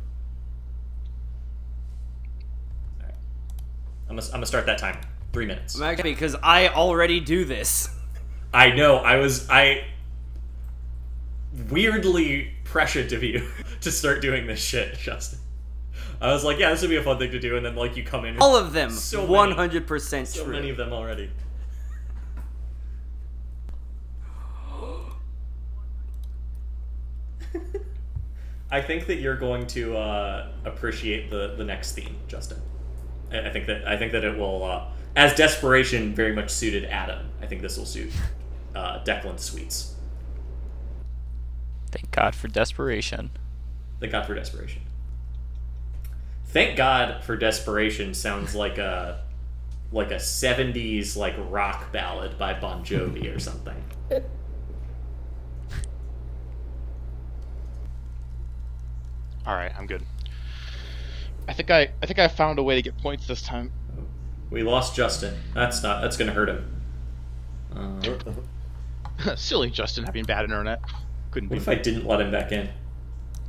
Speaker 4: All right. I'm gonna, I'm gonna start that time. Three minutes.
Speaker 6: Imagine because I already do this.
Speaker 4: I know. I was I weirdly pressured to you to start doing this shit, Justin. I was like, yeah, this would be a fun thing to do, and then like you come in with
Speaker 6: All of them,
Speaker 4: So many.
Speaker 6: one hundred percent
Speaker 4: so
Speaker 6: true.
Speaker 4: many of them already. I think that you're going to uh, appreciate the, the next theme, Justin. I, I think that I think that it will, uh, as desperation very much suited Adam. I think this will suit uh, Declan Sweets.
Speaker 3: Thank God for desperation.
Speaker 4: Thank God for desperation. Thank God for desperation sounds like a like a seventies like rock ballad by Bon Jovi or something.
Speaker 1: All right, I'm good. I think I I think I found a way to get points this time.
Speaker 4: We lost Justin. That's not. That's gonna hurt him. Uh,
Speaker 1: Silly Justin having bad internet. Couldn't
Speaker 4: what
Speaker 1: be.
Speaker 4: if I didn't let him back in?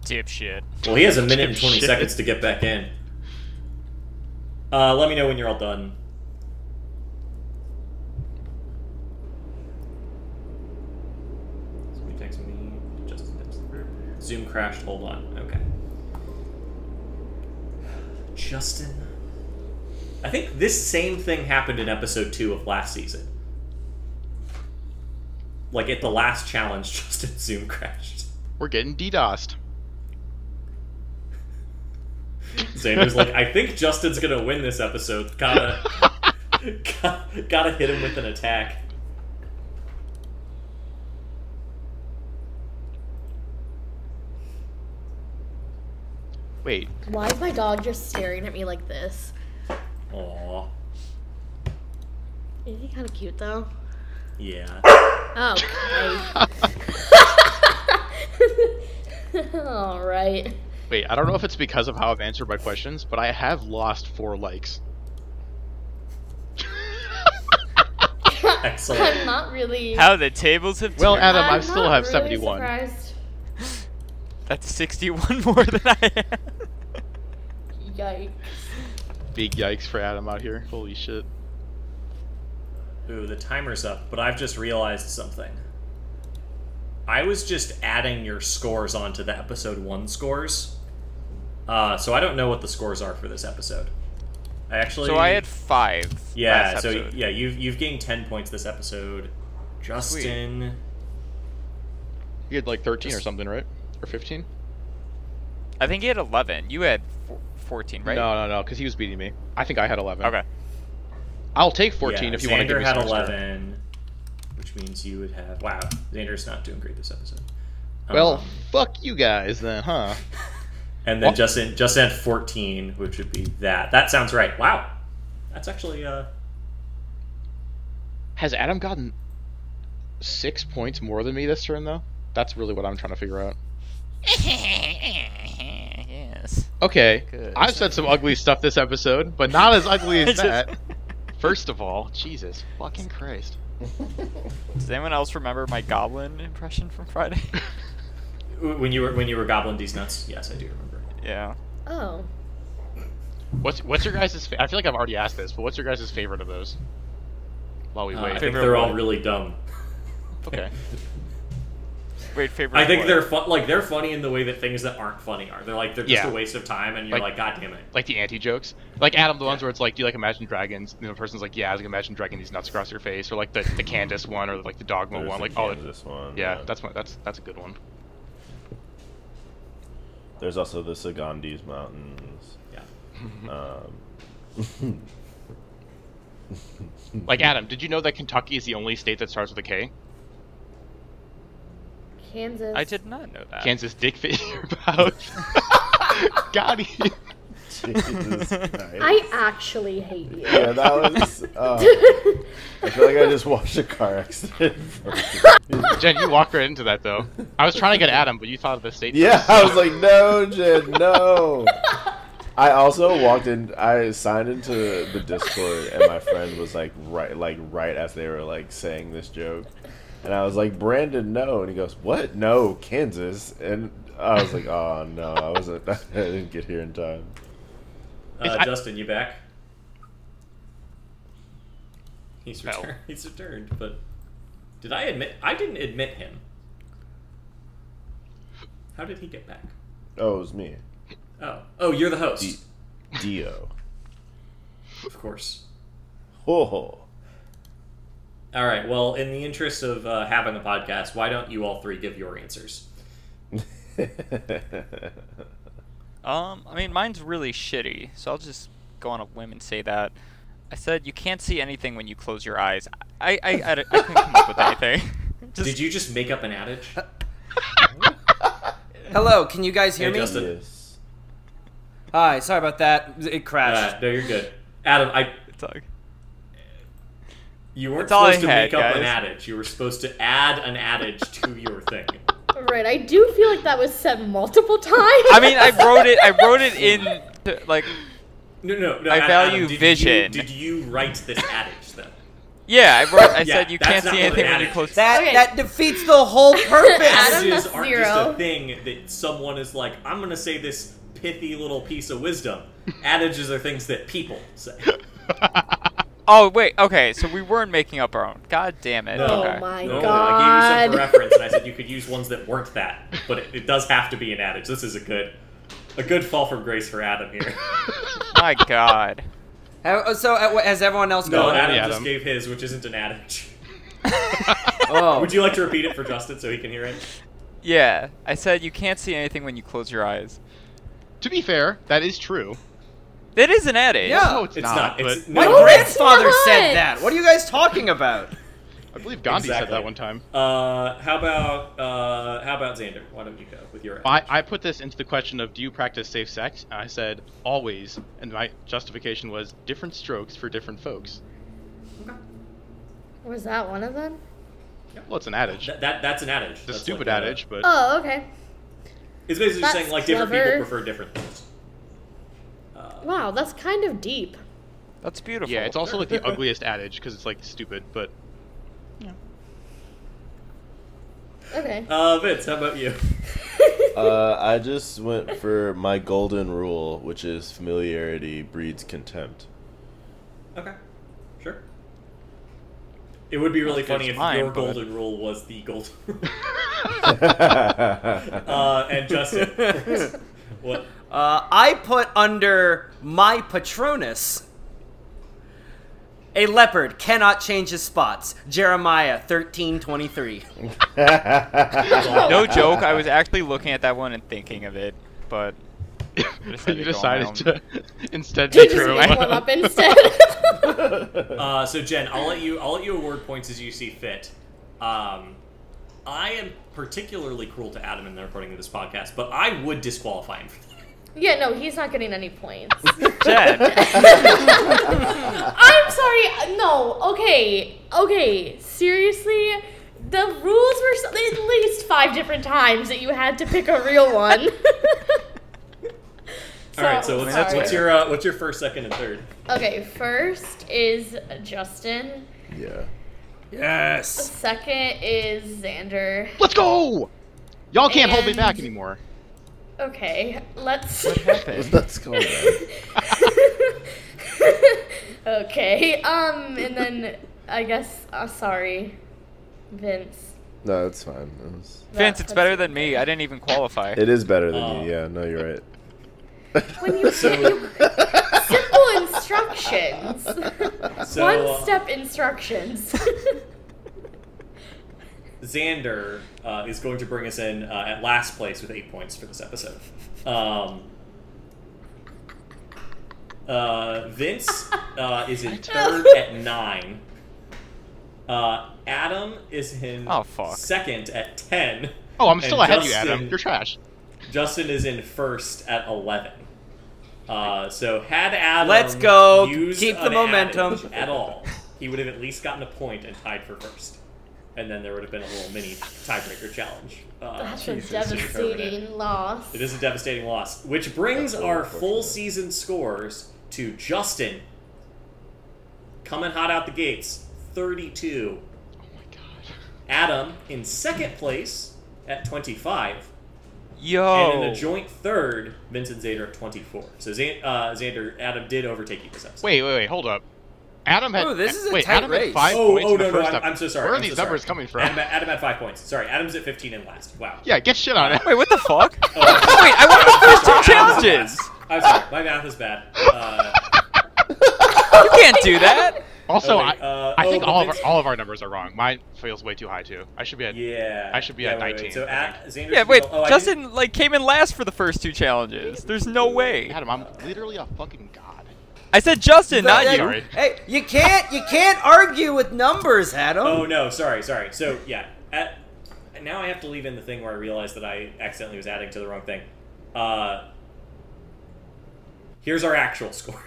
Speaker 3: Dipshit.
Speaker 4: Well, he has a minute and twenty
Speaker 1: Shit.
Speaker 4: seconds to get back in. Uh, let me know when you're all done. Somebody text me. Justin text the group. Zoom crashed. Hold on. Okay. Justin. I think this same thing happened in episode two of last season. Like at the last challenge, Justin Zoom crashed.
Speaker 1: We're getting DDoSed.
Speaker 4: Xander's like, I think Justin's gonna win this episode. Gotta, gotta, gotta hit him with an attack.
Speaker 1: Wait,
Speaker 7: Why is my dog just staring at me like this?
Speaker 4: Aw,
Speaker 7: Isn't he kind of cute though?
Speaker 4: yeah.
Speaker 7: Oh. okay. All right.
Speaker 1: wait. I don't know if it's because of how I've answered my questions, but I have lost four likes.
Speaker 4: Excellent.
Speaker 7: I'm not really.
Speaker 3: How the tables have
Speaker 1: Well,
Speaker 3: turned.
Speaker 1: Adam, I
Speaker 7: I'm
Speaker 1: still
Speaker 7: not
Speaker 1: have
Speaker 7: really
Speaker 1: 71.
Speaker 7: Surprised.
Speaker 3: That's 61 more than I had.
Speaker 7: Yikes.
Speaker 1: Big yikes for Adam out here. Holy shit.
Speaker 4: Ooh, the timer's up, but I've just realized something. I was just adding your scores onto the episode one scores. Uh, so I don't know what the scores are for this episode. I actually.
Speaker 3: So I had five.
Speaker 4: Yeah,
Speaker 3: last
Speaker 4: so
Speaker 3: episode.
Speaker 4: yeah, you've you've gained ten points this episode. Justin.
Speaker 1: You had like 13 or something, right? Or 15?
Speaker 3: I think he had 11. You had four- 14, right?
Speaker 1: No, no, no, because he was beating me. I think I had 11.
Speaker 3: Okay.
Speaker 1: I'll take 14
Speaker 4: Yeah,
Speaker 1: if you
Speaker 4: Xander
Speaker 1: want to give me
Speaker 4: had
Speaker 1: some extra.
Speaker 4: 11, which means you would have. Wow, Xander's not doing great this episode. Um,
Speaker 1: Well, fuck you guys then, huh?
Speaker 4: and then
Speaker 1: wha-
Speaker 4: Justin Justin had 14, which would be that. That sounds right. Wow, that's actually uh,
Speaker 1: Has Adam gotten six points more than me this turn, though? That's really what I'm trying to figure out.
Speaker 3: Eh, yes.
Speaker 1: Okay,
Speaker 3: Good.
Speaker 1: I've said some ugly stuff this episode, but not as ugly as
Speaker 3: Just-
Speaker 1: that. First of all, Jesus fucking Christ.
Speaker 3: Does anyone else remember my goblin impression from Friday?
Speaker 4: when you were when you were gobbling these nuts. Yes, I do remember.
Speaker 3: yeah.
Speaker 7: Oh.
Speaker 1: What's what's your guys' fa- I feel like I've already asked this, but what's your guys' favorite of those? While we
Speaker 4: Uh,
Speaker 1: wait.
Speaker 4: I think they're all really dumb.
Speaker 1: okay.
Speaker 3: Wait, favorite.
Speaker 4: I think
Speaker 3: what?
Speaker 4: they're fun. Like they're funny in the way that things that aren't funny are. They're like they're just
Speaker 1: Yeah.
Speaker 4: a waste of time, and you're
Speaker 1: Like-
Speaker 4: like, God damn it.
Speaker 1: like the anti jokes, like Adam, the ones where it's like, "Do you like Imagine Dragons?" And the person's like, "Yeah, I like Imagine Dragging these nuts across your face," or like the the Candace one, or like the Dogma
Speaker 5: There's
Speaker 1: one,
Speaker 5: the
Speaker 1: like all.
Speaker 5: Kansas one.
Speaker 1: Yeah, that's one. That's that's a good one.
Speaker 5: There's also the Sagandis Mountains.
Speaker 4: Yeah.
Speaker 1: Mm-hmm.
Speaker 5: Um,
Speaker 1: Like Adam, did you know that Kentucky is the only state that starts with a K?
Speaker 7: Kansas.
Speaker 3: I did not know that.
Speaker 1: Kansas dick fit in your mouth. Got it.
Speaker 5: Jesus Christ.
Speaker 7: I actually hate you.
Speaker 5: Yeah, that was. Uh, I feel like I just watched a car accident.
Speaker 1: Jen, you walked right into that though. I was trying to get Adam, but you thought of the state.
Speaker 5: yeah,
Speaker 1: first.
Speaker 5: I was like, no, Jen, no. I also walked in. I signed into the Discord, and my friend was like, right, like right as they were like saying this joke, and I was like, Brandon, no, and he goes, what? No, Kansas, and I was like, oh no, I wasn't. I didn't get here in time.
Speaker 1: It's-
Speaker 4: Uh,
Speaker 1: I-
Speaker 4: Justin, you back? He's
Speaker 1: No.
Speaker 4: returned. He's returned, but did I admit? I didn't admit him. How did he get back?
Speaker 5: Oh, it was me,
Speaker 4: Oh, oh, you're the host,
Speaker 5: Ye- Dio.
Speaker 4: of course.
Speaker 5: Oh,
Speaker 4: All right. Well, in the interest of uh, having a podcast, why don't you all three give your answers?
Speaker 3: Um, I mean, mine's really shitty, so I'll just go on a whim and say that. I said you can't see anything when you close your eyes. I I, I, I couldn't come up with anything. Just,
Speaker 4: Did you just make up an adage? Uh,
Speaker 6: Hello, can you guys hear
Speaker 4: Hey,
Speaker 6: me?
Speaker 4: Justin.
Speaker 5: yes.
Speaker 6: Hi, sorry about that. It crashed.
Speaker 4: Uh, no, you're good. Adam, I
Speaker 3: It's all-
Speaker 4: you weren't
Speaker 3: That's all I
Speaker 4: supposed to
Speaker 3: had,
Speaker 4: make up an
Speaker 3: guys.
Speaker 4: adage. You were supposed to add an adage to your thing.
Speaker 7: Right, I do feel like that was said multiple times.
Speaker 3: I mean, I wrote it. I wrote it in to, like,
Speaker 4: No, no, no.
Speaker 3: I
Speaker 4: Adam,
Speaker 3: value
Speaker 4: Adam, did You,
Speaker 3: vision.
Speaker 4: did you write this adage then?
Speaker 3: yeah, I, wrote, I
Speaker 4: Yeah,
Speaker 3: said you
Speaker 4: that's
Speaker 3: can't
Speaker 4: not
Speaker 3: see
Speaker 4: what
Speaker 3: anything
Speaker 4: an
Speaker 3: when you
Speaker 4: adage
Speaker 3: close.
Speaker 4: is.
Speaker 6: That
Speaker 2: Okay.
Speaker 6: that defeats the whole purpose.
Speaker 2: Adam,
Speaker 4: Adages
Speaker 2: that's
Speaker 4: aren't just
Speaker 2: zero.
Speaker 4: a thing that someone is like, I'm going to say this pithy little piece of wisdom. Adages are things that people say.
Speaker 3: oh wait, okay, so we weren't making up our own. God damn it.
Speaker 4: No.
Speaker 3: okay.
Speaker 7: Oh my
Speaker 4: no, I gave
Speaker 7: god.
Speaker 4: you some for reference, and I said you could use ones that weren't that, but it, it does have to be an adage. This is a good, a good fall from grace for Adam here.
Speaker 3: My God.
Speaker 6: How- So uh, has everyone else
Speaker 4: No,
Speaker 6: gone?
Speaker 4: Adam, just
Speaker 1: Adam.
Speaker 4: gave his, which isn't an adage.
Speaker 6: Oh,
Speaker 4: Would you like to repeat it for Justin so he can hear it?
Speaker 3: Yeah, I said you can't see anything when you close your eyes.
Speaker 1: To be fair, that is true.
Speaker 3: That is an adage.
Speaker 6: Yeah.
Speaker 1: No, it's,
Speaker 4: It's
Speaker 1: not.
Speaker 4: not. It's
Speaker 1: but
Speaker 6: my
Speaker 4: no,
Speaker 6: grandfather
Speaker 7: it's
Speaker 6: said
Speaker 7: not.
Speaker 6: that. What are you guys talking about?
Speaker 1: I believe Gandhi
Speaker 4: Exactly.
Speaker 1: said that one time.
Speaker 4: Uh, how about uh, how about Xander? Why don't you go with your?
Speaker 1: I, I put this into the question of do you practice safe sex? And I said always, and my justification was different strokes for different folks.
Speaker 7: Was that one of them?
Speaker 1: Well, it's an adage.
Speaker 4: That, that that's an adage.
Speaker 1: It's a
Speaker 4: That's
Speaker 1: stupid
Speaker 4: like a-
Speaker 1: adage, but
Speaker 7: Oh, okay.
Speaker 4: It's basically just
Speaker 7: That's
Speaker 4: saying like different
Speaker 7: clever.
Speaker 4: people prefer different things. Uh,
Speaker 7: Wow, that's kind of deep.
Speaker 3: That's beautiful.
Speaker 1: yeah, it's also like the ugliest adage because it's like stupid. But
Speaker 7: Okay.
Speaker 4: uh, Vince, how about you?
Speaker 5: Uh, I just went for my golden rule, which is familiarity breeds contempt.
Speaker 4: Okay, sure. It would be really
Speaker 3: That's
Speaker 4: funny if
Speaker 3: mine,
Speaker 4: your
Speaker 3: but-
Speaker 4: golden rule was the golden rule.
Speaker 5: uh,
Speaker 4: uh, and Justin, what?
Speaker 6: Uh, I put under my Patronus. A leopard cannot change his spots. Jeremiah thirteen twenty three.
Speaker 3: no joke. I was actually looking at that one and thinking of it, but
Speaker 1: you
Speaker 3: decided to go on my
Speaker 1: decided
Speaker 3: own.
Speaker 1: to instead
Speaker 7: You
Speaker 1: be
Speaker 7: just
Speaker 1: true.
Speaker 7: make one up instead.
Speaker 4: Uh, so Jen, I'll let you I'll let you award points as you see fit. Um, I am particularly cruel to Adam in the recording of this podcast, but I would disqualify him. For that.
Speaker 7: yeah, no, he's not getting any points.
Speaker 3: Jen,
Speaker 7: I'm sorry. No. Okay. Okay. Seriously, the rules were so- at least five different times that you had to pick a real one.
Speaker 4: All right, so what's,
Speaker 7: Oh, sorry.
Speaker 4: what's your uh, what's your first, second, and third?
Speaker 7: okay? First is Justin.
Speaker 5: yeah.
Speaker 6: Yes.
Speaker 7: Second is Xander.
Speaker 1: Let's go! Y'all can't hold me
Speaker 7: And-
Speaker 1: back anymore.
Speaker 7: Okay, let's.
Speaker 3: what happened?
Speaker 5: Let's go. man.
Speaker 7: okay. Um, and then I guess. Uh, sorry, Vince.
Speaker 5: No, it's fine. It, was-
Speaker 3: Vince,
Speaker 7: That
Speaker 3: it's
Speaker 7: puts
Speaker 3: better
Speaker 7: you-
Speaker 3: than me. I didn't even qualify.
Speaker 5: it is better than
Speaker 4: Oh.
Speaker 5: you. Yeah, no, you're right.
Speaker 7: When you say you- simple instructions.
Speaker 4: So
Speaker 7: One
Speaker 4: uh,
Speaker 7: step instructions.
Speaker 4: Xander uh, is going to bring us in uh, at last place with eight points for this episode. Um, uh, Vince uh, is in third at nine. Uh, Adam is in
Speaker 3: Oh, fuck.
Speaker 4: second at ten.
Speaker 1: Oh, I'm
Speaker 4: and
Speaker 1: still ahead of you,
Speaker 4: Justin-
Speaker 1: Adam. You're trash.
Speaker 4: Justin is in first at eleven. Uh, so had Adam
Speaker 6: Let's go.
Speaker 4: used
Speaker 6: Keep the
Speaker 4: an
Speaker 6: momentum.
Speaker 4: adage at all, he would have at least gotten a point and tied for first, and then there would have been a little mini tiebreaker challenge. Uh,
Speaker 7: That's
Speaker 4: to
Speaker 7: a
Speaker 4: determine it.
Speaker 7: devastating loss.
Speaker 4: It is a devastating loss, which brings
Speaker 5: That's
Speaker 4: our
Speaker 5: unfortunate.
Speaker 4: full season scores to Justin coming hot out the gates, thirty-two.
Speaker 1: Oh my god.
Speaker 4: Adam in second place at twenty-five.
Speaker 3: Yo.
Speaker 1: Oh.
Speaker 4: And in a joint third, Vincent Zander at 24. So Zan- uh, Xander, Adam did overtake you this episode.
Speaker 1: Wait, wait, wait. Hold up. Adam had.
Speaker 6: Oh, this is a
Speaker 1: wait,
Speaker 6: tight
Speaker 1: Adam had
Speaker 6: race.
Speaker 1: five
Speaker 4: Oh,
Speaker 1: points
Speaker 4: oh
Speaker 1: in the
Speaker 4: no, no,
Speaker 1: first
Speaker 4: I'm,
Speaker 1: ep-
Speaker 4: I'm so sorry.
Speaker 1: Where are
Speaker 4: I'm
Speaker 1: these
Speaker 4: so
Speaker 1: numbers
Speaker 4: sorry.
Speaker 1: coming from?
Speaker 4: Adam, Adam had five points. Sorry, Adam's at 15 and last. Wow.
Speaker 1: Yeah, get shit on it.
Speaker 3: Wait, what the fuck? Wait, I won the first two challenges.
Speaker 4: I'm sorry, my math is bad. Uh,
Speaker 3: You can't do that.
Speaker 1: Also,
Speaker 4: Okay,
Speaker 1: I,
Speaker 4: uh,
Speaker 1: I
Speaker 4: oh,
Speaker 1: think
Speaker 4: but
Speaker 1: all of our,
Speaker 4: Vince-
Speaker 1: all of our numbers are wrong. Mine feels way too high too. I should be at.
Speaker 4: yeah.
Speaker 1: I should be
Speaker 4: yeah,
Speaker 1: at
Speaker 4: wait, wait,
Speaker 1: 19,
Speaker 4: So
Speaker 1: I
Speaker 4: at, Xander's
Speaker 3: Yeah, wait.
Speaker 4: oh, I didn't-
Speaker 3: Justin like came in last for the first two challenges. There's no way.
Speaker 1: Adam, I'm literally a fucking god.
Speaker 3: I said Justin, not
Speaker 6: But,
Speaker 3: you.
Speaker 1: Sorry.
Speaker 6: Hey, you can't you can't argue with numbers, Adam.
Speaker 4: Oh no, sorry, sorry. So yeah, at, now I have to leave in the thing where I realized that I accidentally was adding to the wrong thing. Uh, here's our actual scores.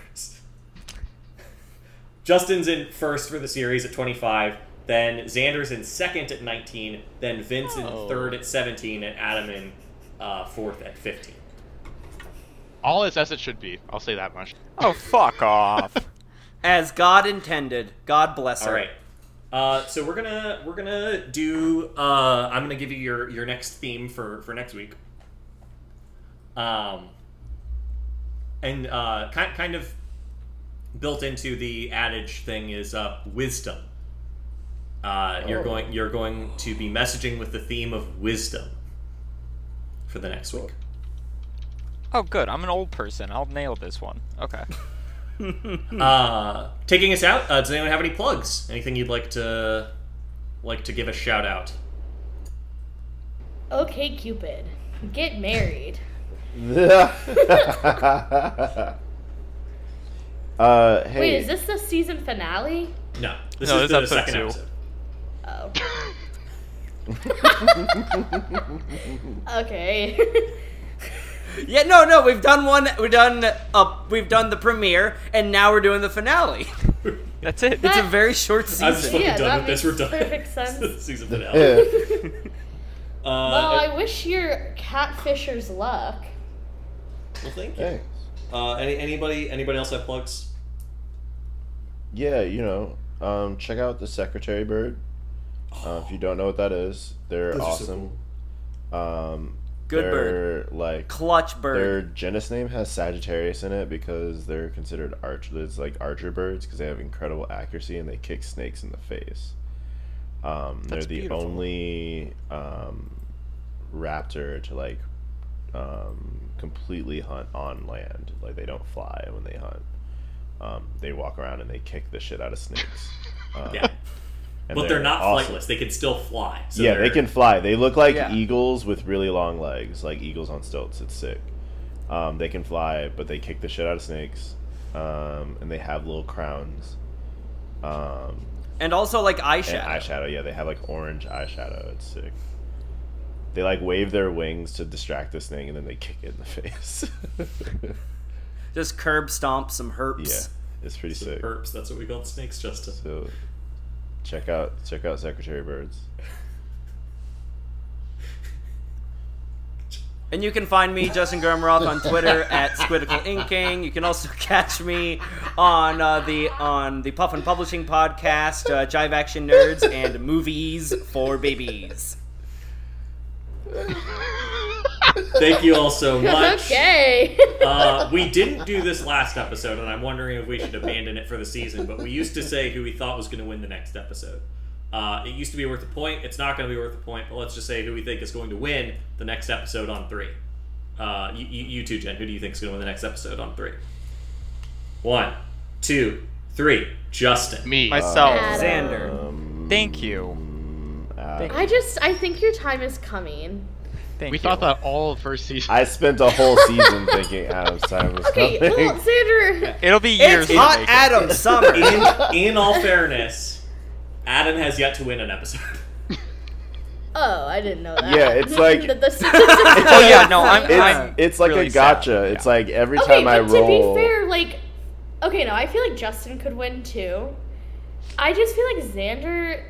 Speaker 4: Justin's in first for the series at 25. Then Xander's in second at 19. Then Vince in
Speaker 1: Oh.
Speaker 4: third at 17, and Adam in uh, fourth at 15.
Speaker 1: All is as it should be. I'll say that much.
Speaker 3: Oh, fuck off.
Speaker 6: As God intended. God bless her.
Speaker 4: All right. Uh, so we're gonna we're gonna do. Uh, I'm gonna give you your your next theme for for next week. Um, and uh, kind kind of built into the adage thing is uh, wisdom. Uh, You're
Speaker 5: Oh.
Speaker 4: going you're going to be messaging with the theme of wisdom for the next week.
Speaker 3: Oh, good. I'm an old person. I'll nail this one. Okay.
Speaker 4: Uh, taking us out. Uh, does anyone have any plugs? Anything you'd like to like to give a shout out?
Speaker 7: Okay, Cupid, get married.
Speaker 5: uh, hey,
Speaker 7: Wait, is this the season finale?
Speaker 4: No, this
Speaker 3: No,
Speaker 4: is
Speaker 3: this
Speaker 4: the
Speaker 3: episode
Speaker 4: second
Speaker 3: two.
Speaker 4: episode.
Speaker 7: Oh. okay.
Speaker 6: Yeah, no, no, we've done one. We've done up. We've done the premiere, and now we're doing the finale.
Speaker 3: That's it.
Speaker 6: It's a very short
Speaker 4: I'm just
Speaker 6: season.
Speaker 4: fucking
Speaker 7: Yeah,
Speaker 4: done
Speaker 7: that
Speaker 4: with this. We're
Speaker 7: makes
Speaker 4: done.
Speaker 7: perfect sense.
Speaker 4: Season finale.
Speaker 5: yeah.
Speaker 4: Uh,
Speaker 7: well,
Speaker 4: well,
Speaker 7: I wish your catfisher's luck.
Speaker 4: thank you.
Speaker 5: Thanks.
Speaker 4: Uh, any, anybody anybody else have plugs?
Speaker 5: Yeah, you know, um, check out the secretary bird. Uh, if you don't know what that is, they're
Speaker 4: Those are so
Speaker 5: awesome. Um,
Speaker 6: Good
Speaker 5: they're
Speaker 6: bird.
Speaker 5: like
Speaker 6: Clutch
Speaker 5: their
Speaker 6: bird.
Speaker 5: genus name has Sagittarius in it because they're considered arch. It's like archer birds because they have incredible accuracy and they kick snakes in the face. Um, they're
Speaker 3: That's
Speaker 5: the
Speaker 3: beautiful.
Speaker 5: only um, raptor to like um, completely hunt on land. Like they don't fly when they hunt. Um, they walk around and they kick the shit out of snakes. Um,
Speaker 4: Yeah,
Speaker 5: and
Speaker 4: but they're, not
Speaker 5: awesome.
Speaker 4: flightless. They can still fly. So
Speaker 5: yeah, they
Speaker 4: they're-
Speaker 5: can fly. They look like
Speaker 6: Yeah.
Speaker 5: eagles with really long legs, like eagles on stilts. It's sick. Um, they can fly, but they kick the shit out of snakes, um, and they have little crowns. Um,
Speaker 6: and also like
Speaker 5: and
Speaker 6: eyeshadow.
Speaker 5: eyeshadow, yeah, they have like orange eyeshadow. It's sick. They like wave their wings to distract this thing, and then they kick it in the face.
Speaker 6: Just curb stomp some
Speaker 5: yeah,
Speaker 6: herps.
Speaker 5: it's pretty
Speaker 4: So
Speaker 5: sick.
Speaker 4: Herps. That's what we call snakes, Justin.
Speaker 5: So check out check out Secretary Birds.
Speaker 6: And you can find me, Justin Gurmroth, on Twitter at Squidical Inking. You can also catch me on uh, the on the Puff and Publishing podcast, uh, Jive Action Nerds, and Movies for Babies.
Speaker 4: Thank you all so much.
Speaker 7: Okay.
Speaker 4: Uh, we didn't do this last episode, and I'm wondering if we should abandon it for the season. But we used to say who we thought was going to win the next episode. Uh, it used to be worth a point. It's not going to be worth a point, but let's just say who we think is going to win the next episode on three. Uh, you, you, you two, Jen, who do you think is going to win the next episode on three? One, two, three. Justin.
Speaker 1: Me.
Speaker 3: Myself.
Speaker 7: Adam.
Speaker 6: Xander.
Speaker 5: Um,
Speaker 3: Thank you.
Speaker 5: uh,
Speaker 3: Thank
Speaker 7: I just, I think your time is coming.
Speaker 3: Thank
Speaker 1: we
Speaker 3: you.
Speaker 1: thought that all of first season.
Speaker 5: I spent a whole season thinking Adam's time was
Speaker 7: Okay,
Speaker 5: coming.
Speaker 7: well, Xander,
Speaker 3: It'll be years.
Speaker 6: It's
Speaker 3: in the
Speaker 6: Hot
Speaker 3: making.
Speaker 6: Adam Summer.
Speaker 4: in, in all fairness, Adam has yet to win an episode.
Speaker 7: Oh, I didn't know that.
Speaker 5: Yeah, it's like-
Speaker 7: the, the statistics-
Speaker 3: Oh yeah, no, I'm.
Speaker 5: It's,
Speaker 3: I'm
Speaker 5: it's like
Speaker 3: really
Speaker 5: a
Speaker 3: sad.
Speaker 5: gotcha.
Speaker 3: Yeah.
Speaker 5: It's like every
Speaker 7: okay,
Speaker 5: time I
Speaker 7: but to
Speaker 5: roll.
Speaker 7: be fair, like, okay, no, I feel like Justin could win too. I just feel like Xander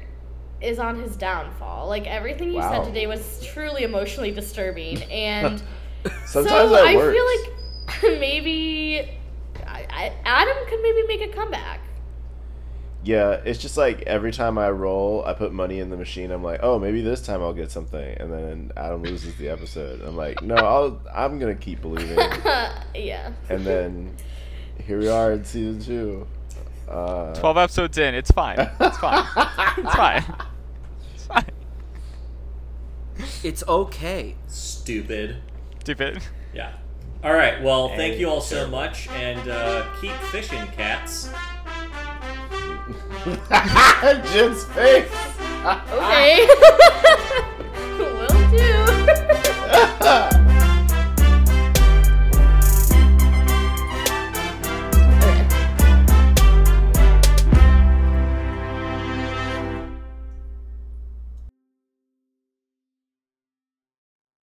Speaker 7: is on his downfall. Like everything you
Speaker 5: Wow.
Speaker 7: said today was truly emotionally disturbing, and
Speaker 5: sometimes
Speaker 7: so
Speaker 5: that
Speaker 7: I
Speaker 5: works.
Speaker 7: feel like maybe I, I, Adam could maybe make a comeback.
Speaker 5: yeah, it's just like every time I roll, I put money in the machine. I'm like, oh, maybe this time I'll get something, and then Adam loses the episode. I'm like, no, I'll, I'm gonna keep believing.
Speaker 7: yeah.
Speaker 5: and then here we are in season two. Uh,
Speaker 3: Twelve episodes in. It's fine. It's fine. it's fine. It's fine.
Speaker 6: It's okay.
Speaker 4: Stupid.
Speaker 3: Stupid.
Speaker 4: Yeah. All right. Well, thank you all so much, and uh, keep fishing, cats.
Speaker 5: Jen's face.
Speaker 7: Okay. Will do.